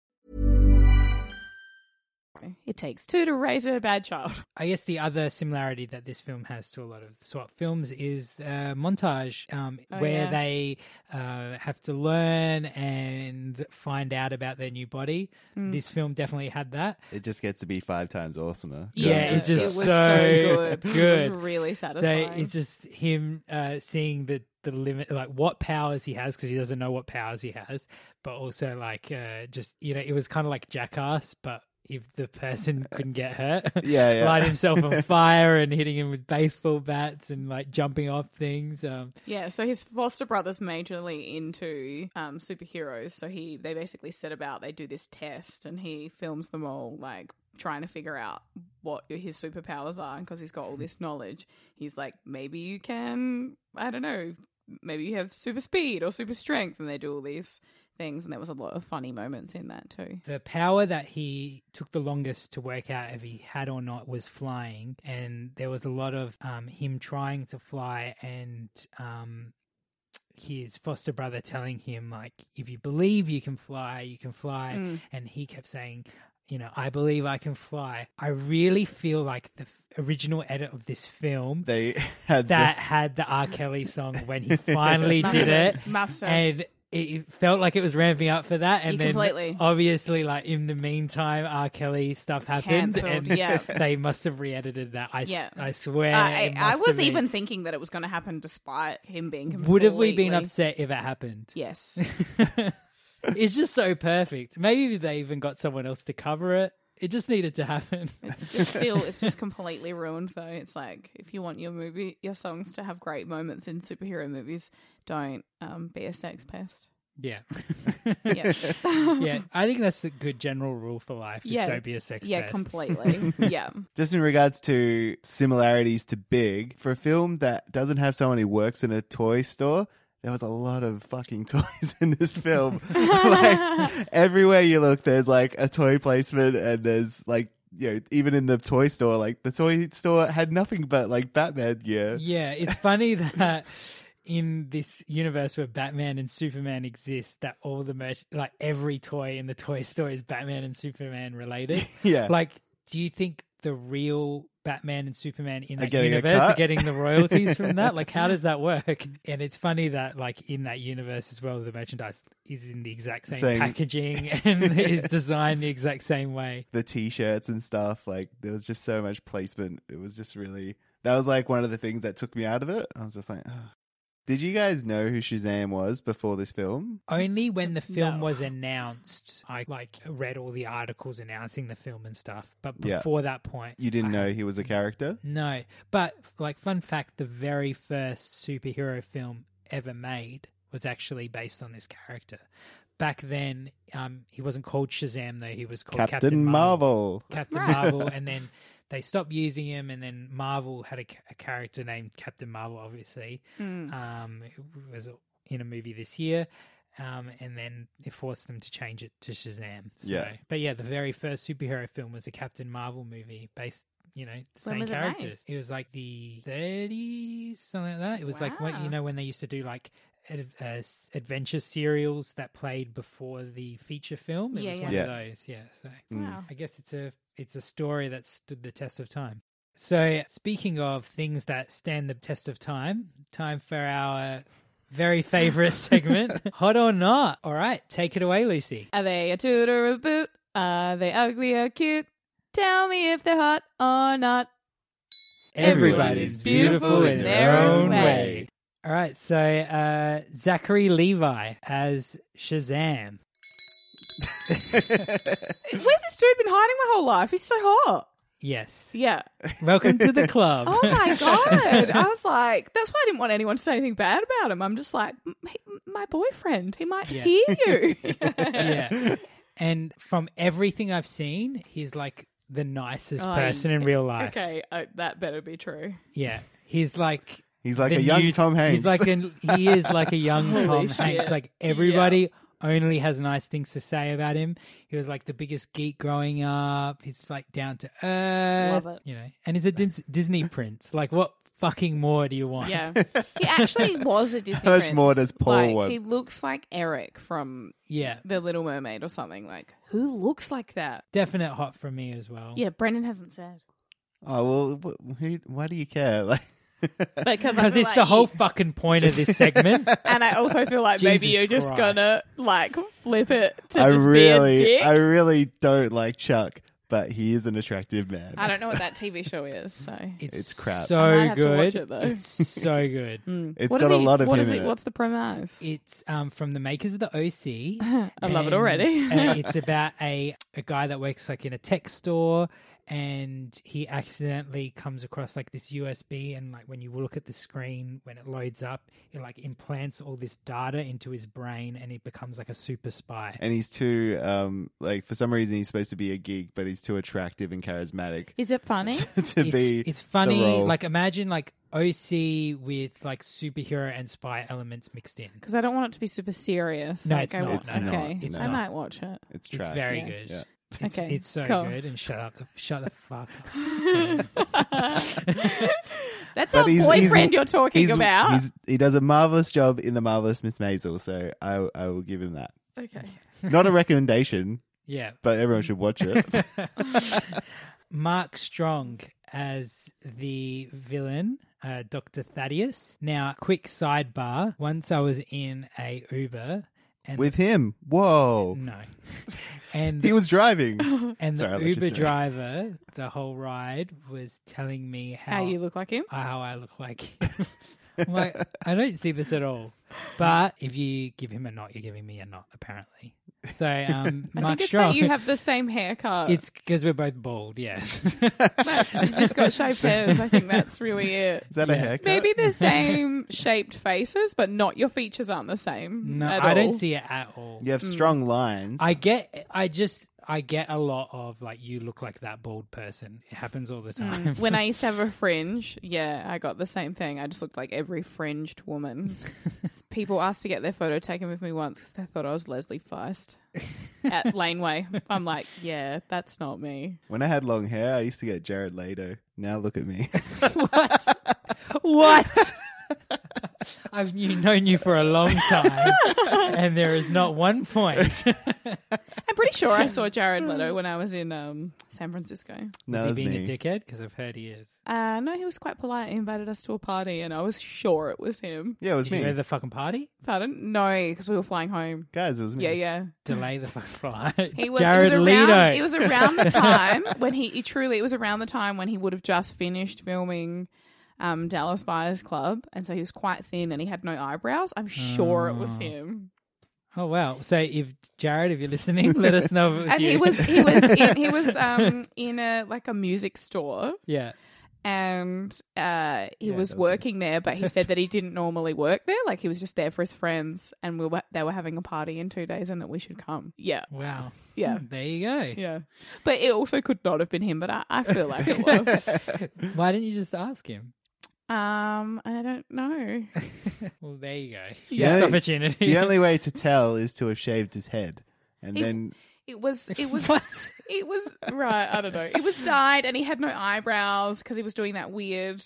D: It takes two to raise a bad child.
C: I guess the other similarity that this film has to a lot of SWAT films is uh, montage, um,
D: Oh,
C: where
D: yeah.
C: they uh, have to learn and find out about their new body. This film definitely had that.
E: It just gets to be five times awesomer.
C: Yeah, it's
D: it
C: just uh,
D: was so,
C: so
D: good. It
C: good.
D: was really
C: So
D: satisfying.
C: it's just him uh, seeing the the limit, like what powers he has, because he doesn't know what powers he has, but also like uh, just you know, it was kind of like Jackass, but if the person couldn't get hurt,
E: Yeah, yeah.
C: light himself on fire and hitting him with baseball bats and like jumping off things. Um,
D: Yeah, so his foster brother's majorly into um, superheroes. So he they basically set about they do this test, and he films them all like trying to figure out what his superpowers are. And because he's got all this knowledge, he's like, maybe you can, I don't know, maybe you have super speed or super strength, and they do all these things. And there was a lot of funny moments in that too.
C: the power that he took the longest to work out if he had or not was flying, and there was a lot of um, him trying to fly and um, his foster brother telling him like, if you believe you can fly, you can fly, and he kept saying. You know, I believe I can fly. I really feel like the f- original edit of this film
E: They had
C: that had the R. Kelly song when he finally did
D: Must've-
C: it.
D: must've.
C: And it felt like it was ramping up for that. And
D: Yeah,
C: then
D: completely.
C: obviously, like in the meantime, R. Kelly stuff happened.
D: Cancelled,
C: and
D: yeah.
C: they must have re edited that. I, s-
D: Yeah.
C: I swear.
D: I,
C: it
D: Uh, I
C: must
D: was
C: have been-
D: even thinking that it was going to happen despite him being completely.
C: Would have we been upset if it happened?
D: Yes.
C: it's just so perfect. Maybe they even got someone else to cover it. It just needed to happen.
D: It's just still, it's just completely ruined though. It's like if you want your movie, your songs to have great moments in superhero movies, don't um, be a sex pest.
C: Yeah.
D: Yeah,
C: yeah. I think that's a good general rule for life. Is
D: yeah,
C: don't be a sex
D: Yeah,
C: pest.
D: completely. Yeah,
E: just in regards to similarities to Big, for a film that doesn't have someone who works in a toy store, there was a lot of fucking toys in this film. like everywhere you look, there's like a toy placement, and there's like you know even in the toy store, like the toy store had nothing but like Batman gear.
C: Yeah, it's funny that in this universe where Batman and Superman exist that all the merch, like every toy in the toy store is Batman and Superman related?
E: Yeah.
C: Like, do you think the real Batman and Superman in
E: Are
C: that
E: getting a
C: universe are
E: cut?
C: getting the royalties from that? Like, how does that work? And it's funny that, like, in that universe as well, the merchandise is in the exact same,
E: Same.
C: packaging and is designed the exact same way.
E: the t-shirts and stuff like there was just so much placement it was just really that was like one of the things that took me out of it i was just like "Ugh." did you guys know who shazam was before this film
C: Only when the film
D: No.
C: was announced, I like read all the articles announcing the film and stuff. But
E: Yeah.
C: before that point,
E: you didn't
C: I
E: know he was a character
C: No, but like fun fact, the very first superhero film ever made was actually based on this character. Back then, um, he wasn't called Shazam though; he was called
E: captain,
C: Captain,
E: marvel,
C: Captain
D: Right.
C: Marvel, and then they stopped using him, and then Marvel had a, ca- a character named Captain Marvel, obviously,
D: Mm.
C: um, who was in a movie this year. Um, and then it forced them to change it to Shazam. So,
E: Yeah.
C: But yeah, the very first superhero film was a Captain Marvel movie based, you know, the
D: When
C: same
D: was it made?
C: characters. It, was like the 30s, something like that. It was like, when,
D: Wow.
C: you know, when they used to do like ad- uh, s- adventure serials that played before the feature film. It
D: Yeah,
C: was
D: yeah.
C: one
E: Yeah.
C: of those. Yeah. So.
E: Hmm.
D: Wow.
C: I guess it's a it's a story that stood the test of time. So speaking of things that stand the test of time, time for our very favorite segment, hot or not. All right, take it away, Lucy.
D: Are they a toot or a boot? Are they ugly or cute? Tell me if they're hot or not.
C: Everybody's beautiful in their own way. All right, so uh, Zachary Levi as Shazam.
D: Where's this dude been hiding my whole life? He's so hot.
C: Yes,
D: Yeah.
C: welcome to the club.
D: Oh my god! I was like, that's why I didn't want anyone to say anything bad about him. I'm just like, "M- he- my boyfriend. He might
C: Yeah.
D: hear you.
C: yeah. And from everything I've seen, he's like the nicest
D: Oh,
C: person in real life.
D: okay, uh, that better be true.
C: Yeah. He's like
E: he's like
C: the
E: a young
C: new-
E: tom hanks
C: He's like an, he is like a young
D: Holy
C: Tom
D: shit.
C: Hanks. Like everybody only has nice things to say about him. He was like the biggest geek growing up. He's like down to earth.
D: Love it.
C: You know. And he's a Dis- Disney prince. Like what fucking more do you want?
D: Yeah, he actually was a Disney.
E: How much
D: prince.
E: more does Paul
D: like,
E: want?
D: He looks like Eric from
C: Yeah.
D: The Little Mermaid or something. Like, who looks like that?
C: Definite hot from me as well.
D: Yeah, Brendan hasn't said
E: oh well wh- who, why do you care like
D: because I
C: Because
D: feel
C: it's
D: like
C: the whole
D: you-
C: fucking point of this segment.
D: and I also feel like maybe
C: Jesus
D: you're just
C: Christ.
D: gonna like flip it to
E: i
D: just be a
E: really
D: dick.
E: i really don't like chuck but he is an attractive man
D: I don't know what that TV show is, so
C: It's,
E: It's crap.
C: So
D: I might have to
C: good.
D: watch it, though. Hmm.
C: It's so good.
E: It's
D: What
E: got
D: is
E: a lot of
D: what
E: him
D: is
E: in
D: it-
E: it.
D: What's the premise?
C: It's um, from the makers of the OC.
D: I love it
C: And,
D: already.
C: uh, it's about a a guy that works like in a tech store, and he accidentally comes across like this USB, and like when you look at the screen when it loads up, it like implants all this data into his brain, and he becomes like a super spy.
E: and he's too um like for some reason he's supposed to be a geek but he's too attractive and charismatic
D: Is it funny?
E: to
C: it's,
E: be
C: it's
E: the
C: funny.
E: role.
C: Like imagine like OC with like superhero and spy elements mixed in.
D: Because I don't want it to be super serious.
C: No,
D: like,
C: it's
D: I
C: not.
D: want-
E: It's not.
D: okay,
E: It's
D: I
E: not.
D: might watch it.
E: it's
C: It's
E: trash.
C: very
D: Yeah.
C: good.
E: Yeah.
C: It's,
D: Okay,
C: it's so
D: cool.
C: good. And shut up, the, shut the fuck up.
D: That's
E: But
D: our
E: he's- he's-
D: boyfriend you're talking
E: He's-
D: about.
E: he's- he does a marvelous job in the marvelous Miss Maisel, so I I will give him that.
D: okay.
E: Not a recommendation,
C: Yeah,
E: but everyone should watch it.
C: Mark Strong as the villain, uh, Dr. Thaddeus. Now, quick sidebar. Once I was in a Uber and
E: With him, whoa,
C: no, and
E: he was driving.
C: and the
E: Sorry, I'll let you
C: Uber
E: say it.
C: driver the whole ride was telling me how
D: How you look like him?
C: how I look like. him. I'm like I don't see this at all. But if you give him a knot, you're giving me a knot. Apparently, so um,
D: I
C: Mark
D: think it's
C: Strong.
D: that you have the same haircut.
C: it's because we're both bald. Yes.
D: you just got shaved heads. I think that's really it.
E: Is that a haircut?
D: Maybe the same shaped faces, but not your features aren't the same.
C: No,
D: at
C: I don't
D: all.
C: see it at all.
E: you
D: Mm.
E: have strong lines.
C: I get, I just, I get a lot of like, you look like that bald person. It happens all the
D: Mm.
C: time.
D: when I used to have a fringe, yeah, I got the same thing. I just looked like every fringed woman. S- People asked to get their photo taken with me once because they thought I was Leslie Feist at Laneway. I'm like, yeah, that's not me.
E: when I had long hair, I used to get Jared Leto. Now look at me.
C: what? What? I've you, known you for a long time, and there is not one point.
D: I'm pretty sure I saw Jared Leto when I was in um, San Francisco.
E: No,
C: is
E: that's
C: he being
E: me.
C: a dickhead? Because I've heard he is.
D: Uh, no, he was quite polite. He invited us to a party, and I was sure it was him.
E: Yeah, it was
C: Did you go to
E: me.
C: the fucking party?
D: Pardon? No, because we were flying home.
E: Guys, it was me.
D: Yeah, yeah.
C: Delay the fucking flight.
D: He was,
C: Jared
D: it was
C: Leto.
D: around, It was around the time when he, he truly, it was around the time when he would have just finished filming um, Dallas Buyers Club. And so he was quite thin and he had no eyebrows. I'm sure it was him.
C: oh wow! So if Jared, if you're listening, let us know. If it was
D: And
C: you.
D: he was, he was, in, he was um, in a, like a music store
C: yeah.
D: and uh, he was working there, but he said that he didn't normally work there. Like he was just there for his friends and we were, they were having a party in two days and that we should come. Yeah.
C: Wow.
D: Yeah.
C: Hmm, There you go.
D: Yeah. But it also could not have been him, but I, I feel like it was.
C: Why didn't you just ask him?
D: Um, I don't know.
C: Well, there you go.
E: Yeah.
C: Missed opportunity.
E: The only way to tell is to have shaved his head. And
D: He-
E: then
D: It was. It was.
C: What?
D: it was right. I don't know. It was dyed, and he had no eyebrows because he was doing that weird,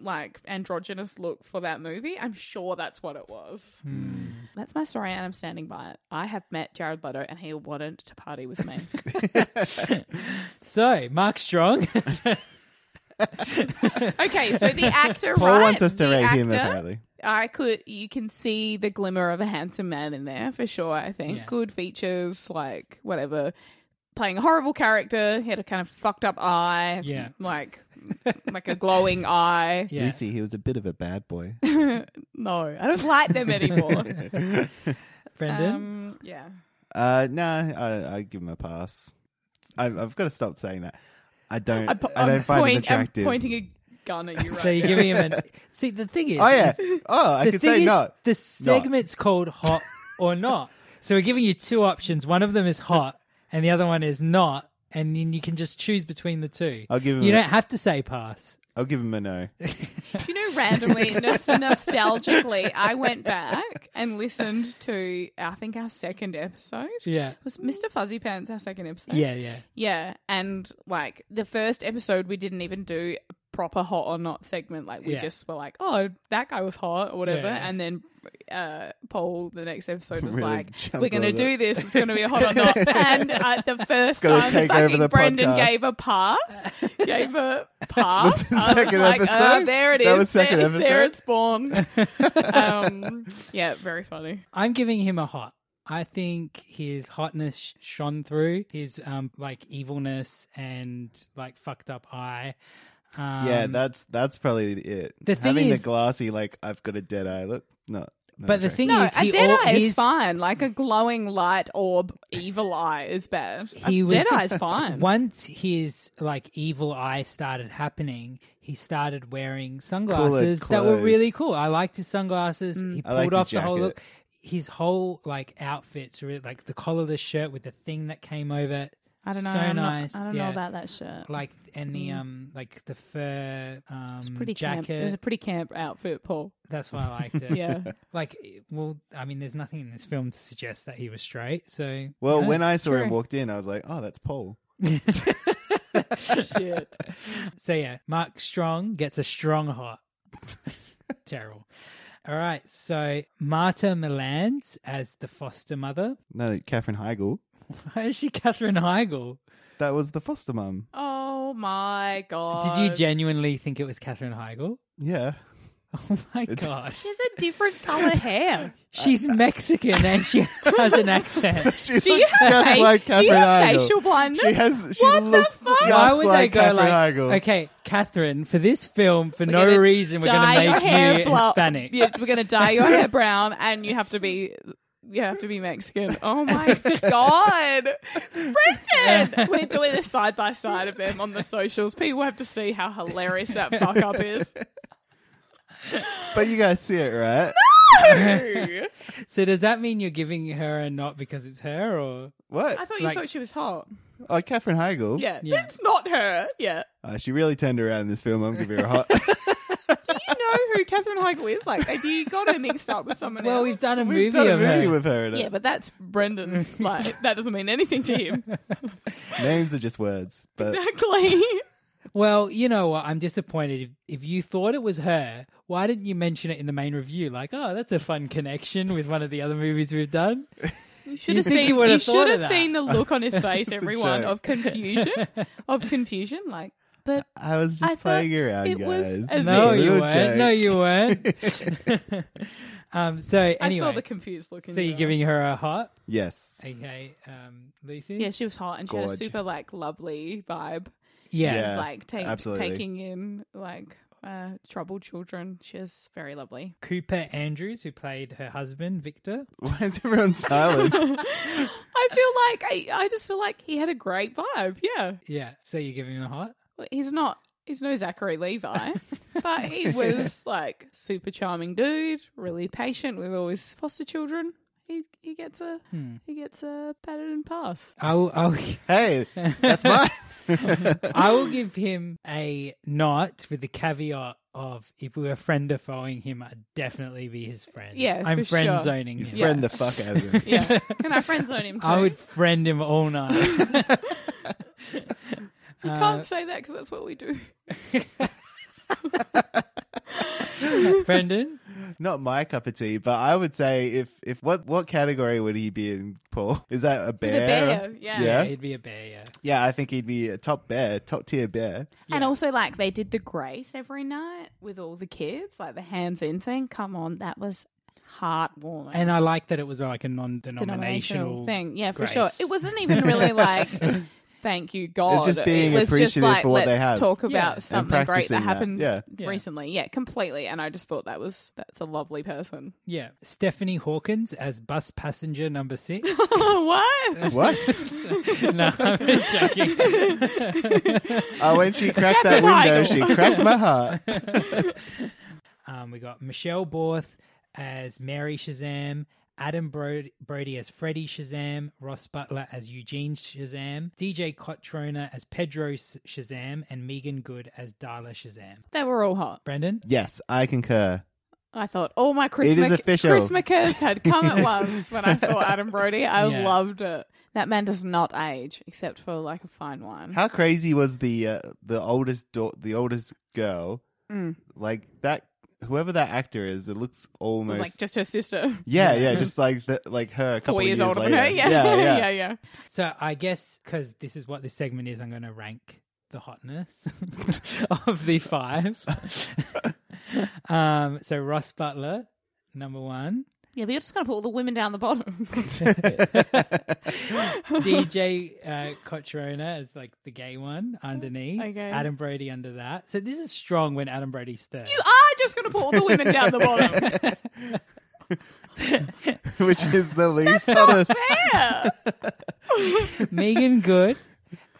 D: like androgynous look for that movie. I'm sure that's what it was.
E: Hmm.
D: That's my story, and I'm standing by it. I have met Jared Leto, and he wanted to party with me.
C: So Mark Strong.
D: okay, so the actor.
E: Paul
D: right?
E: wants us to
D: The
E: rate him,
D: actor,
E: apparently.
D: I could. You can see the glimmer of a handsome man in there for sure. I think
C: Yeah.
D: good features, like whatever. Playing a horrible character, he had a kind of fucked up eye,
C: Yeah.
D: like like a glowing eye.
C: yeah.
E: Lucy, he was a bit of a bad boy.
D: No, I don't like them anymore.
C: Brendan.
D: um, yeah,
E: Uh, nah, I, I give him a pass. I've, I've got to stop saying that. I don't.
D: I'm,
E: I don't
D: I'm
E: find
D: point-
E: him attractive.
D: I'm pointing a gun at you. Right
C: so you're
D: now.
C: giving him an. See, the thing is.
E: oh yeah. Oh, I
C: the
E: could
C: thing
E: say
C: is,
E: not.
C: The segment's called hot or not. So we're giving you two options. One of them is hot, and the other one is not. And then you can just choose between the two.
E: I'll give him
C: You
E: a-
C: don't have to say pass.
E: I'll give him a no.
D: you know, randomly, nos- nostalgically, I went back and listened to I think our second episode.
C: Yeah.
D: Was Mr. Fuzzy Pants our second episode?
C: Yeah, yeah.
D: Yeah, and like the first episode, we didn't even do a proper hot or not segment. Like we
C: Yeah.
D: just were like, oh, that guy was hot or whatever.
C: Yeah.
D: And then uh, Paul, the next episode, was
E: Really
D: like,
E: jumped
D: we're going to
E: on
D: do this. It's going to be a hot or not. and uh, the first
E: gonna
D: time,
E: take over
D: fucking
E: the
D: Brendan
E: podcast.
D: gave a pass. Gave a pass.
E: Was it
D: I
E: second
D: like,
E: episode?
D: Oh, there it is.
E: That was second
D: there, There
E: episode?
D: it's born. um, yeah, very funny.
C: I'm giving him a hot. I think his hotness sh- shone through his um like evilness and like fucked up eye. Um,
E: yeah, that's that's probably it.
C: the thing
E: Having
C: is-
E: the glassy, like I've got a dead eye look. No, no
C: But the
E: joke.
C: thing
D: No,
C: is,
D: a
C: he
D: dead
C: al-
D: eye is
C: he's-
D: fine. Like a glowing light orb, evil eye is bad.
C: he
D: a
C: was
D: dead eye is fine.
C: Once his like evil eye started happening, he started wearing sunglasses that were
E: clothes.
C: really cool. I liked his sunglasses.
D: Mm.
C: He
E: I liked
C: pulled off
E: his
C: the whole
E: jacket.
C: look. His whole like outfits, really, like the collarless shirt with the thing that came over. it.
D: I don't know.
C: So
D: I'm not-
C: nice.
D: I don't
C: yeah.
D: know about that shirt.
C: like and the um like the fur um
D: it's pretty
C: jacket.
D: camp. It was a pretty camp outfit, Paul.
C: That's why I liked it.
D: Yeah.
C: Like, well, I mean, there's nothing in this film to suggest that he was straight. So,
E: Well, when I saw him walked in, I was like, oh, that's Paul.
D: Shit.
C: so yeah, Mark Strong gets a strong hot. Terrible. All right. So Marta Milans as the foster mother.
E: No, Catherine Heigl.
C: Why is she Catherine Heigl?
E: That was the foster mum.
D: Oh my god.
C: Did
E: Uh,
C: you genuinely think it was Catherine Heigl?
E: Yeah.
C: Oh my god.
D: She has a different color hair.
C: She's Mexican and she has an accent.
E: She
D: Do you
E: looks
D: have,
E: just
D: fa-
E: like
D: do
E: Catherine
D: you have
E: Heigl.
D: facial blindness?
E: She has. She
D: What the
E: looks
D: fuck?
E: just
C: Why would
E: like
C: they go
E: Catherine
C: like,
E: Heigl.
C: okay, Catherine, for this film, for no
D: gonna
C: reason, we're going
D: dye
C: to
D: your
C: make
D: hair
C: you
D: blo-
C: Hispanic.
D: Yeah, we're gonna dye your hair brown, and you have to be you have to be Mexican. Oh my god, Brenton! We're doing a side by side of them on the socials. People have to see how hilarious that fuck up is.
E: But you guys see it, right?
D: I
C: So does that mean you're giving her a not because it's her, or
E: What?
D: thought you
C: Like-
D: thought she was hot.
E: Oh, Catherine Heigl.
D: Yeah,
C: Yeah.
D: that's not her. Yeah,
E: Uh, she really turned around in this film. I'm giving her a hot.
D: you know who Catherine Heigl is. Like, have you got her mixed up with someone
C: well,
D: else?
C: we've done a movie
E: We've done a
C: of
E: movie
C: her.
E: with her. in it.
D: yeah, but that's Brendan's. Like, that doesn't mean anything to him.
E: Names are just words. But
D: Exactly.
C: Well, you know what? I'm disappointed. If, if you thought it was her, why didn't you mention it in the main review? Like, oh, that's a fun connection with one of the other movies we've done.
D: You should have
C: think he
D: seen.
C: would've
D: You
C: thought
D: should
C: of
D: have
C: that?
D: seen the look on his face, everyone,
E: joke.
D: of confusion, of confusion. Like,
C: Uh,
D: but
E: I was just
D: I thought
E: playing around,
D: it
E: guys.
D: was
E: It's
D: as
E: a
C: No, you
E: little
C: weren't. No,
E: joke.
C: you weren't. um, so anyway,
D: I saw the confused look. In
C: so
D: your
C: you're giving her a heart,
E: Yes.
C: okay, um, Lucy?
D: Yeah, she was hot and she had a
E: Gorge.
D: super like lovely vibe.
C: yeah.
D: It's
E: Yeah.
D: like take,
E: absolutely.
D: taking in like uh, troubled children. She was very lovely.
C: Cooper Andrews, who played her husband Victor.
E: Why is everyone silent?
D: I feel like I, I just feel like he had a great vibe. Yeah,
C: Yeah. So you're giving him a heart.
D: he's not he's no Zachary Levi, but he was like super charming dude, really patient with all his foster children. He he gets a he gets a patted and pass.
C: I will. I will,
E: hey, that's mine.
C: I will give him a not with the caveat of if we were friend of following him, I'd definitely be his friend.
D: Yeah,
C: I'm
D: for
C: friend
D: sure.
C: zoning him.
E: Friend the fuck out of him.
D: Yeah, can I friend zone him? Too?
C: I would friend him all night.
D: You can't say that because that's what we do.
C: Brendan,
E: Not my cup of tea, but I would say if if what what category would he be in, Paul? Is that a bear?
D: He's a bear, yeah.
E: Yeah.
C: he'd be a bear. Yeah.
E: Yeah, I think he'd be a top bear, top tier bear.
D: And also, like, they did the grace every night with all the kids, like the hands in thing. Come on, that was heartwarming.
C: And I like that it was like a non-denominational
D: thing. Yeah, for
C: grace.
D: sure. It wasn't even really like, thank you, God.
E: just being
D: it was just
E: appreciative
D: like,
E: for what
D: let's
E: they have.
D: talk
C: Yeah.
D: about
C: And
D: something great
E: practicing
D: that
E: that.
D: happened
E: Yeah.
C: Yeah.
D: recently. Yeah, completely. And I just thought that was, that's a lovely person.
C: Yeah, Stephanie Hawkins as bus passenger number six.
D: what?
E: What?
C: no, I'm just joking.
E: oh, when she cracked that window, she cracked my heart.
C: Um, we got Michelle Borth as Mary Shazam, Adam Brody, Brody as Freddie Shazam, Ross Butler as Eugene Shazam, DJ Cotrona as Pedro S- Shazam, and Megan Good as Darla Shazam.
D: They were all hot.
C: Brendan?
E: Yes, I concur.
D: I thought, oh my Chris,
E: It is
D: Mc-
E: official.
D: Chris McCurse had come at once when I saw Adam Brody. I
C: Yeah.
D: loved it. That man does not age, except for like a fine wine.
E: How crazy was the uh, the oldest da- the oldest girl?
D: Mm.
E: Like that, whoever that actor is, it looks
D: It
E: almost
D: was like just her sister,
E: yeah, yeah, just like the, like her. A couple
D: four
E: of
D: years, older
E: later.
D: than her. Yeah,
E: yeah, yeah.
D: yeah, yeah.
C: So I guess because this is what this segment is, I'm going to rank the hotness of the five. um, so Ross Butler, number one.
D: Yeah, but you're just gonna put all the women down the bottom.
C: DJ uh, Cotrona is like the gay one underneath.
D: Okay.
C: Adam Brody under that. So this is strong when Adam Brody's third.
D: you are just gonna put all the women down the bottom.
E: Which is the least hottest.
D: Yeah.
C: Megan Good,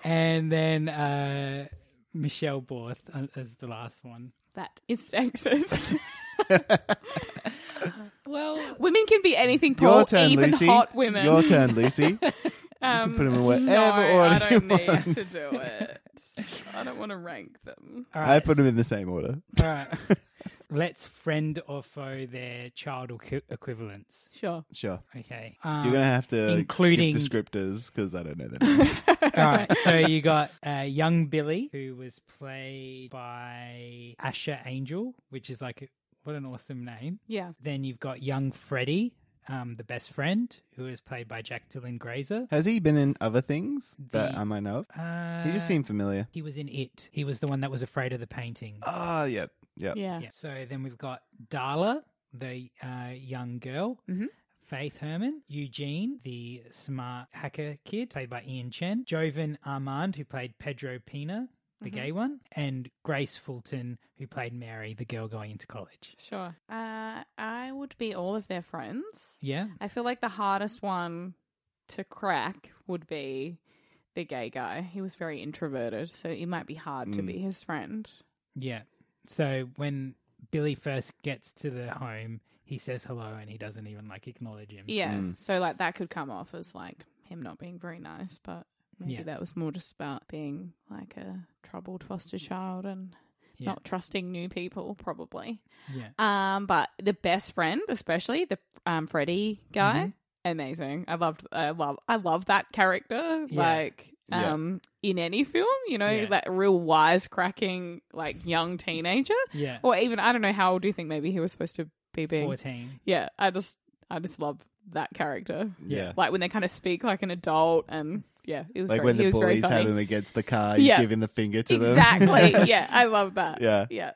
C: and then uh, Michelle Borth uh, as the last one.
D: That is sexist.
C: Well,
D: women can be anything, Paul.
E: Your turn,
D: even
E: Lucy.
D: hot women.
E: Your turn, Lucy.
D: Um,
E: Put them in whatever
D: no,
E: order
D: I don't
E: you
D: need
E: want.
D: to do it. I don't want to rank them.
E: I put them in the same order.
C: all right. Let's friend or foe their child equi- equivalents.
D: Sure.
E: Sure.
C: Okay. Um,
E: You're gonna have to
C: including-
E: including give descriptors because I don't know the names.
C: Um, All right, so you got uh, young Billy, who was played by Asher Angel, which is like what an awesome name.
D: Yeah.
C: Then you've got young Freddy, um, the best friend, who is played by Jack Dylan Grazer.
E: Has he been in other things that
C: The-
E: I might know? Of?
C: Uh,
E: he just seemed familiar.
C: He was in it. He was the one that was afraid of the painting.
E: Ah, yep, yep.
D: Yeah.
C: Yeah. So then we've got Darla, the uh, young girl.
D: Mhm.
C: Faith Herman, Eugene, the smart hacker kid, played by Ian Chen, Jovan Armand, who played Pedro Pina, the gay one, and Grace Fulton, who played Mary, the girl going into college.
D: Sure. Uh, I would be all of their friends.
C: Yeah.
D: I feel like the hardest one to crack would be the gay guy. He was very introverted, so it might be hard
E: Mm.
D: to be his friend.
C: Yeah. So when Billy first gets to the home, he says hello and he doesn't even like acknowledge him.
D: Yeah. So like that could come off as like him not being very nice, but maybe
C: Yeah.
D: that was more just about being like a troubled foster child and
C: Yeah.
D: not trusting new people, probably.
C: Yeah.
D: Um, but the best friend, especially the um
C: Mm-hmm.
D: Freddy guy, amazing. I loved. I love. I love that character.
C: Yeah.
D: Like
E: Yeah.
D: um, in any film, you know,
C: Yeah.
D: that real wisecracking, like young teenager.
C: Yeah.
D: Or even, I don't know, how old do you think maybe he was supposed to be being?
C: 14.
D: Yeah, I just, I just love that character.
E: Yeah.
D: Like when they kind of speak like an adult and yeah, it was
E: Like
D: very,
E: when
D: he
E: the
D: was very
E: bullies have
D: funny.
E: him against the car, he's
D: Yeah.
E: giving the finger to them.
D: Exactly. yeah, I love that.
E: Yeah.
D: Yeah.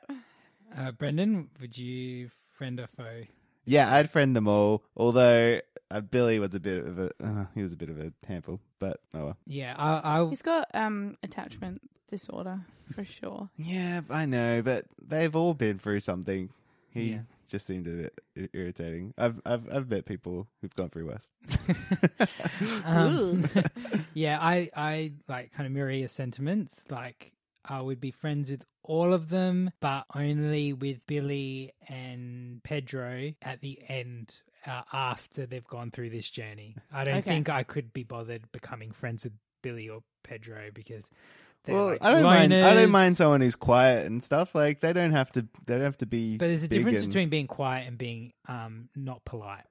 C: Uh, Brendan, would you friend or foe?
E: Yeah, I'd friend them all. Although uh, Billy was a bit of a, uh, he was a bit of a handful, but oh well.
C: Yeah, I, I
D: He's got um attachment disorder for sure.
E: Yeah, I know, but they've all been through something. He just seemed a bit i- irritating. I've, I've I've met people who've gone through worse.
C: Um, yeah, I, I like kind of mirror your sentiments. Like, I would be friends with all of them, but only with Billy and Pedro at the end uh, after they've gone through this journey. I don't
D: Okay.
C: think I could be bothered becoming friends with Billy or Pedro because. they're,
E: Well,
C: like,
E: I don't mind. I
C: loners.
E: don't mind someone who's quiet and stuff. Like they don't have to. They don't have to be.
C: But there's a
E: big
C: difference
E: and-
C: between being quiet and being um not polite.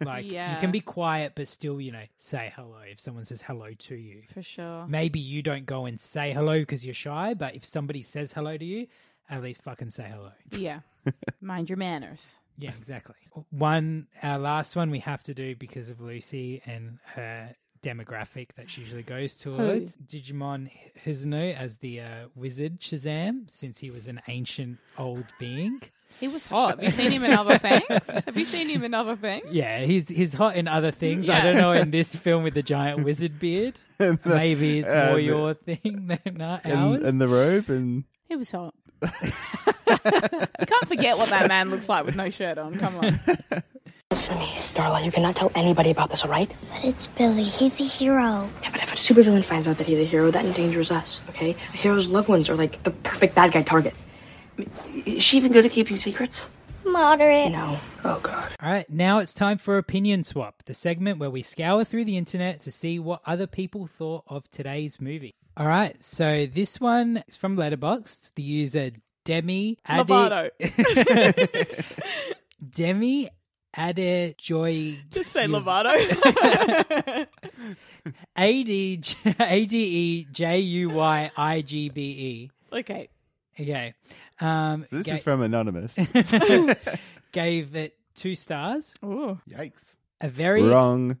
C: Like you
D: Yeah.
C: can be quiet but still, you know, say hello if someone says hello to you.
D: For sure.
C: Maybe you don't go and say hello because you're shy, but if somebody says hello to you, at least fucking say hello.
D: Yeah. Mind your manners.
C: Yeah, exactly. One, our last one we have to do because of Lucy and her demographic that she usually goes towards. Digimon Hizuno as the uh, wizard Shazam, since he was an ancient old being.
D: He was hot. Have you seen him in other things? Have you seen him in other things?
C: Yeah, he's he's hot in other things. I
D: Yeah.
C: don't know in this film with the giant wizard beard. Maybe it's more your thing than not ours.
E: and, and the robe and
D: He was hot. you can't forget what that man looks like with no shirt on. Come on.
H: Listen to me, Darla. You cannot tell anybody about this, all right?
A: But it's Billy. He's a hero.
H: Yeah, but if a supervillain finds out that he's a hero, that endangers us, okay? A hero's loved ones are like the perfect bad guy target. I mean, is she even good at keeping secrets?
A: Moderate.
H: No. Oh, God.
C: All right, now it's time for Opinion Swap, the segment where we scour through the internet to see what other people thought of today's movie. All right, so this one is from Letterboxd, the user Demi Adi-
D: Lovato.
C: Demi Adejoy
D: Just say Lovato.
C: A D A D E J U Y I G B
D: okay.
C: E. Okay. Um,
E: so this
C: ga-
E: is from anonymous.
C: gave it two stars.
D: Ooh.
E: Yikes!
C: A very ex-
E: Wrong.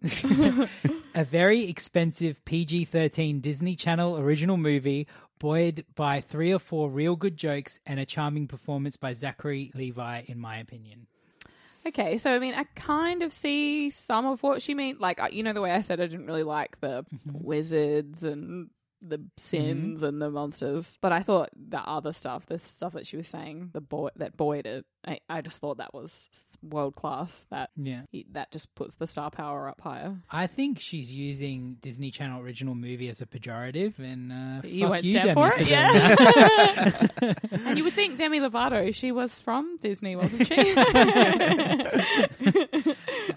C: a very expensive PG thirteen Disney Channel original movie, buoyed by three or four real good jokes and a charming performance by Zachary Levi, in my opinion.
D: Okay, so I mean, I kind of see some of what she means. Like, I- you know, the way I said I didn't really like the wizards and the sins and the monsters, but I thought the other stuff, the stuff that she was saying, the boy that buoyed it, I, I just thought that was world class. That
C: Yeah.
D: that just puts the star power up higher.
C: I think she's using Disney Channel original movie as a pejorative, and uh,
D: You
C: fuck
D: won't
C: you,
D: stand
C: Demi,
D: for it?
C: doing
D: Yeah.
C: that.
D: And you would think Demi Lovato, she was from Disney, wasn't she?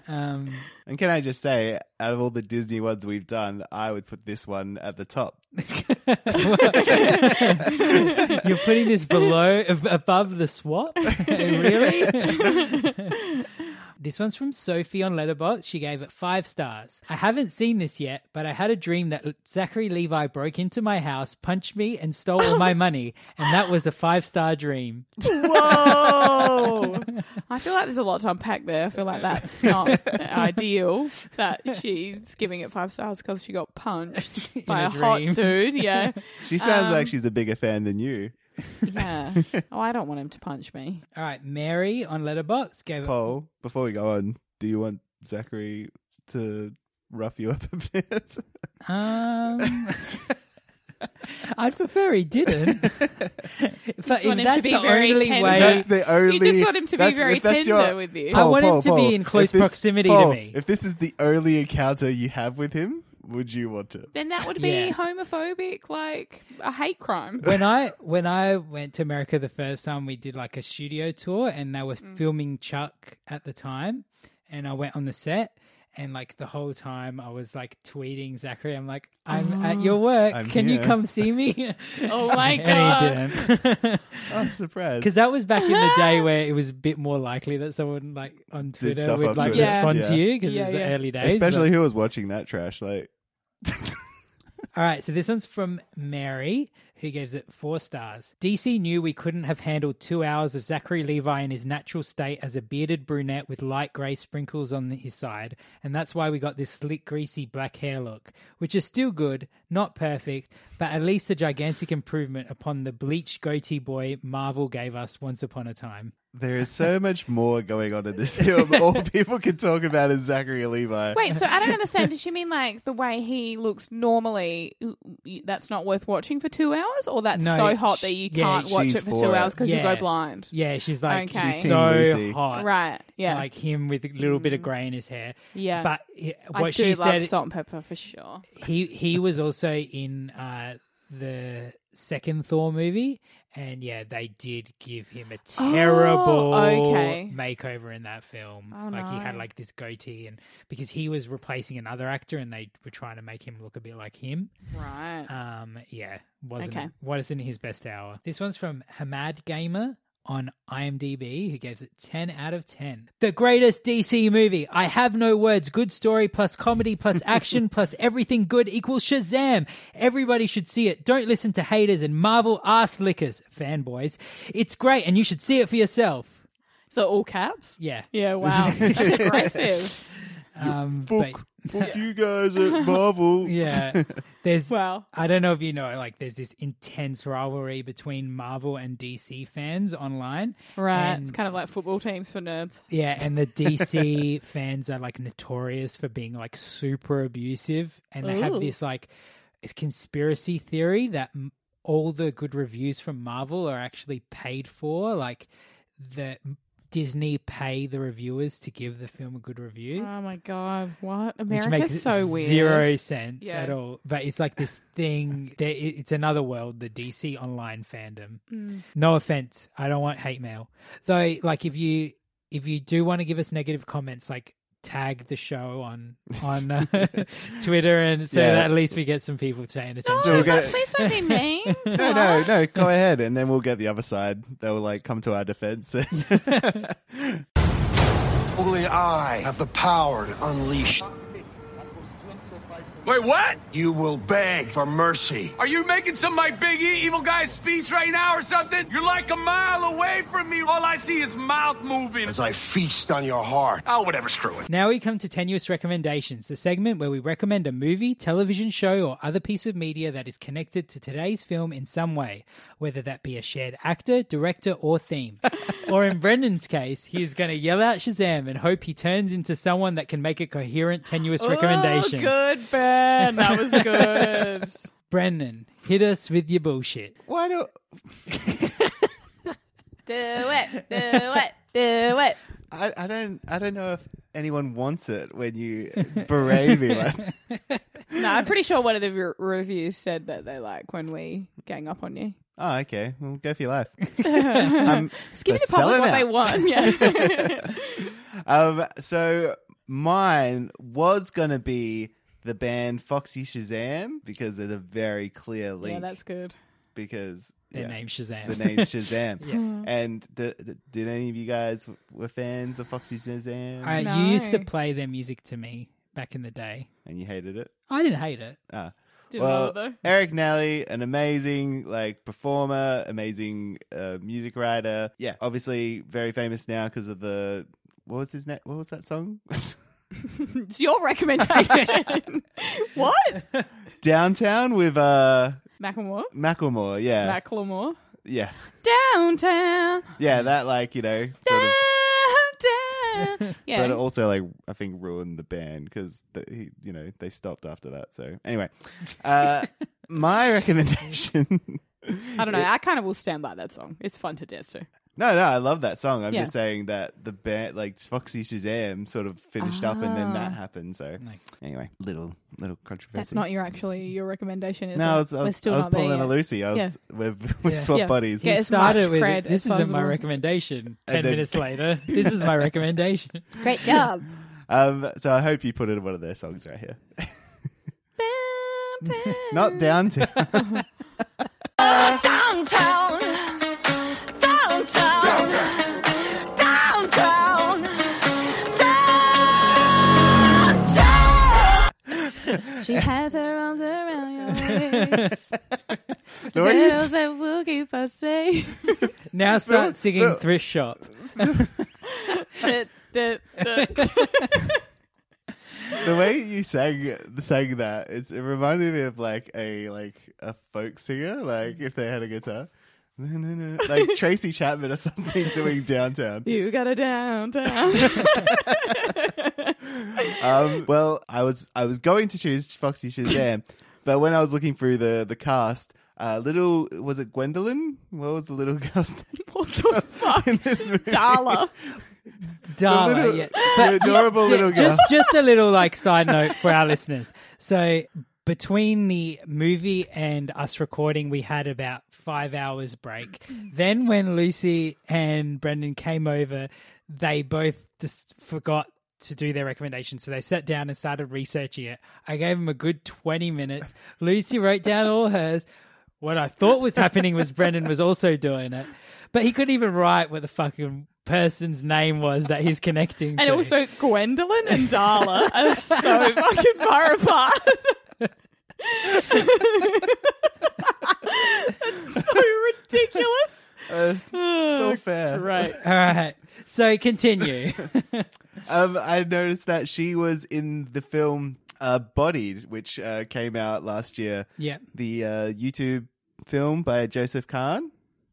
C: Um,
E: And can I just say, out of all the Disney ones we've done, I would put this one at the top.
C: You're putting this below, ab- above the swap? really? this one's from Sophie on Letterboxd. She gave it five stars. I haven't seen this yet, but I had a dream that Zachary Levi broke into my house, punched me, and stole all my money. And that was a five star dream.
D: Whoa! Oh. I feel like there's a lot to unpack there. I feel like that's not ideal that she's giving it five stars because she got punched by
C: a
D: a, hot
C: dream.
D: dude. Yeah.
E: She sounds
D: Um,
E: like she's a bigger fan than you.
D: Yeah. Oh, I don't want him to punch me.
C: All right, Mary on Letterboxd gave it.
E: Paul, before we go on, do you want Zachary to rough you up a bit?
C: Um, I'd prefer he didn't. but
D: want him
C: if
D: to
C: that's
D: be
C: the
D: very
C: only
D: tender.
C: way.
E: that's the only.
D: just want him to be
E: that's-
D: very
E: if that's
D: tender with you. I
C: want him to be in
E: if
C: close
E: this-
C: proximity to
E: Paul,
C: me.
E: If this is the only encounter you have with him, would you want Oh, it?
D: Then that would be
C: Yeah.
D: homophobic, like a hate crime.
C: when I when I went to America the first time, we did like a studio tour, and they were
E: Mm.
C: filming Chuck at the time, and I went on the set. And like the whole time, I was like tweeting Zachary. I'm like, I'm at your work.
E: Oh, I'm
C: Can you
E: here."
C: come see me?
D: Oh my god!
C: and he didn't,
E: I'm surprised.
C: because that was back in the day where it was a bit more likely that someone like on Twitter
E: stuff
C: would
E: on
C: like
E: Twitter.
C: respond
E: Yeah.
C: to you because
D: Yeah,
C: it was
D: yeah.
C: the early days. but-
E: Especially who was watching that trash. Like,
C: All right, so this one's from Mary, who gives it four stars. DC knew we couldn't have handled two hours of Zachary Levi in his natural state as a bearded brunette with light grey sprinkles on his side, and that's why we got this slick, greasy black hair look, which is still good, not perfect, but at least a gigantic improvement upon the bleached goatee boy Marvel gave us once upon a time.
E: There is so much more going on in this film. All people can talk about is Zachary Levi.
D: Wait, so I don't understand. Did she mean like the way he looks normally? y- y- That's not worth watching for two hours, or that's
C: No,
D: so hot
C: sh-
D: that you
C: yeah,
D: can't watch
E: she's
D: it for
E: for
D: two
E: it.
D: hours because you
C: Yeah.
D: go blind.
C: Yeah, she's like
D: Okay. She's
C: she's
D: Team
C: so
E: Lucy.
C: hot,
D: Right. Yeah. Mm.
C: Like him with a little bit of grey in his hair.
D: Yeah.
C: but he- what
D: I do
C: she
D: love
C: said,
D: salt and pepper for sure.
C: he he was also in uh, the second Thor movie, and yeah, they did give him a terrible
D: Oh, okay.
C: makeover in that film.
D: Oh,
C: like he had
D: no.
C: like this goatee, and because he was replacing another actor, and they were trying to make him look a bit like him.
D: Right.
C: Um, yeah, wasn't
D: Okay.
C: wasn't his best hour. This one's from Hamad Gamer on IMDb, who gives it ten out of ten. The greatest DC movie. I have no words. Good story plus comedy plus action plus everything good equals Shazam. Everybody should see it. Don't listen to haters and Marvel ass lickers, fanboys. It's great, and you should see it for yourself.
D: so all caps.
C: Yeah,
D: Yeah. Wow. that's aggressive.
C: um,
E: Fuck,
C: but-
E: fuck you guys at Marvel.
C: yeah. There's
D: Wow.
C: I don't know if you know, like, there's this intense rivalry between Marvel and DC fans online.
D: Right.
C: And-
D: it's kind of like football teams for nerds.
C: yeah, and the DC fans are like notorious for being like super abusive, and they have
D: Ooh.
C: this like conspiracy theory that m- all the good reviews from Marvel are actually paid for, like the Disney pay the reviewers to give the film a good review.
D: Oh my god. What?
C: Which
D: America's
C: makes
D: so weird.
C: zero sense
D: Yeah.
C: at all. But it's like this thing. There, it- it's another world, the DC online fandom.
D: Mm.
C: No offense, I don't want hate mail. Though, like if you if you do want to give us negative comments, like tag the show on on uh, Twitter, and so
E: Yeah.
C: that at least we get some people paying attention.
E: So
D: Oh,
E: we'll get-
D: but please don't be mean. to
E: No, no,
D: us.
E: no. Go ahead, and then we'll get the other side. They'll like come to our defense.
I: Only I have the power to unleash.
G: Wait, what?
I: You will beg for mercy.
G: Are you making some of my big E- evil guy speech right now or something? You're like a mile away from me. All I see is mouth moving.
I: As I feast on your heart,
G: Oh, whatever, screw it.
C: Now we come to Tenuous Recommendations, the segment where we recommend a movie, television show, or other piece of media that is connected to today's film in some way, whether that be a shared actor, director, or theme. or in Brendan's case, he is going to yell out Shazam and hope he turns into someone that can make a coherent, tenuous recommendation.
D: Oh, good, Ben. That was good.
C: Brendan, hit us with your bullshit.
E: Why do?
D: do it. Do it. Do it.
E: I, I don't. I don't know if anyone wants it when you berate me. Like,
D: No, I'm pretty sure one of the re- reviews said that they like when we gang up on you.
E: oh, okay. Well, go for your life. um,
D: Just give
E: They're
D: the public
E: selling
D: what they
E: out.
D: want. Yeah.
E: um, so mine was gonna be the band Foxy Shazam because there's a very clear link.
D: yeah, that's good.
E: because
C: Their
E: yeah,
C: name Shazam.
E: the name Shazam.
C: Yeah.
E: And d- d- did any of you guys w- were fans of Foxy Shazam?
C: I you used to
D: No.
C: play their music to me back in the day.
E: and you hated it.
C: I didn't hate it.
E: Ah.
D: Didn't love it
E: Well,
D: though.
E: Eric Nally, an amazing like performer, amazing uh, music writer. Yeah, obviously very famous now because of the what was his name? What was that song?
D: It's your recommendation. what?
E: Downtown with uh
D: Macklemore?
E: Macklemore. Yeah,
D: Macklemore?
E: yeah,
D: Downtown.
E: yeah. That like you know. Sort of,
D: Downtown. Yeah.
E: But it also, like, I think ruined the band because he, you know, they stopped after that. So anyway, uh, my recommendation.
D: I don't know. I kind of will stand by that song. It's fun to dance to.
E: No, no, I love that song. I'm
D: Yeah.
E: just saying that the band, like Foxy Shazam, sort of finished up, and then that happened. So anyway, little little controversy.
D: Ah. That's not your actually your recommendation, is
E: No,
D: it?
E: I was, I
D: We're
E: was,
D: still
E: I was
D: not there
E: pulling a
D: yet.
E: Lucy. I was we've, we
C: Yeah.
E: swapped
D: Yeah.
E: buddies.
D: Yeah,
C: He
D: as much
C: started with
D: cred
C: it.
D: as
C: This isn't my
D: possible."
C: recommendation. Ten
E: And then-
C: minutes later, this is my recommendation.
D: Great job.
E: Um, so I hope you put in one of their songs right here.
D: Uh,
E: not downtown.
H: Downtown, downtown, downtown, downtown.
D: she has her arms around you.
E: The way you
D: Girls
E: s-
D: that will keep us safe.
C: Now start singing
E: the-
C: Thrift Shop.
D: Da, da, da.
E: the way you sang sang that, it's, it reminded me of like a like a folk singer, like if they had a guitar, like Tracy Chapman or something doing downtown.
D: you got a downtown.
E: um, well, I was I was going to choose Foxy Shazam, but when I was looking through the the cast, uh, little was it Gwendolyn? What was the little girl's name?
D: what the fuck?
E: In this movie.
D: Darla.
C: Darla,
E: little-
C: Ah, yeah.
E: the adorable little girl.
C: Just just a little like side note for our listeners. So between the movie and us recording, we had about five hours break. Then when Lucy and Brendan came over, they both just forgot to do their recommendations. So they sat down and started researching it. I gave them a good twenty minutes. Lucy wrote down all hers. What I thought was happening was Brendan was also doing it, but he couldn't even write what the fucking person's name was that he's connecting
D: And
C: to.
D: also, Gwendolyn and Darla are so fucking far apart. That's so ridiculous.
E: Uh, it's all fair.
D: Right.
C: all right. So continue.
E: Um, I noticed that she was in the film uh, Bodied, which uh, came out last year.
C: Yeah.
E: the uh, YouTube film by Joseph Kahn.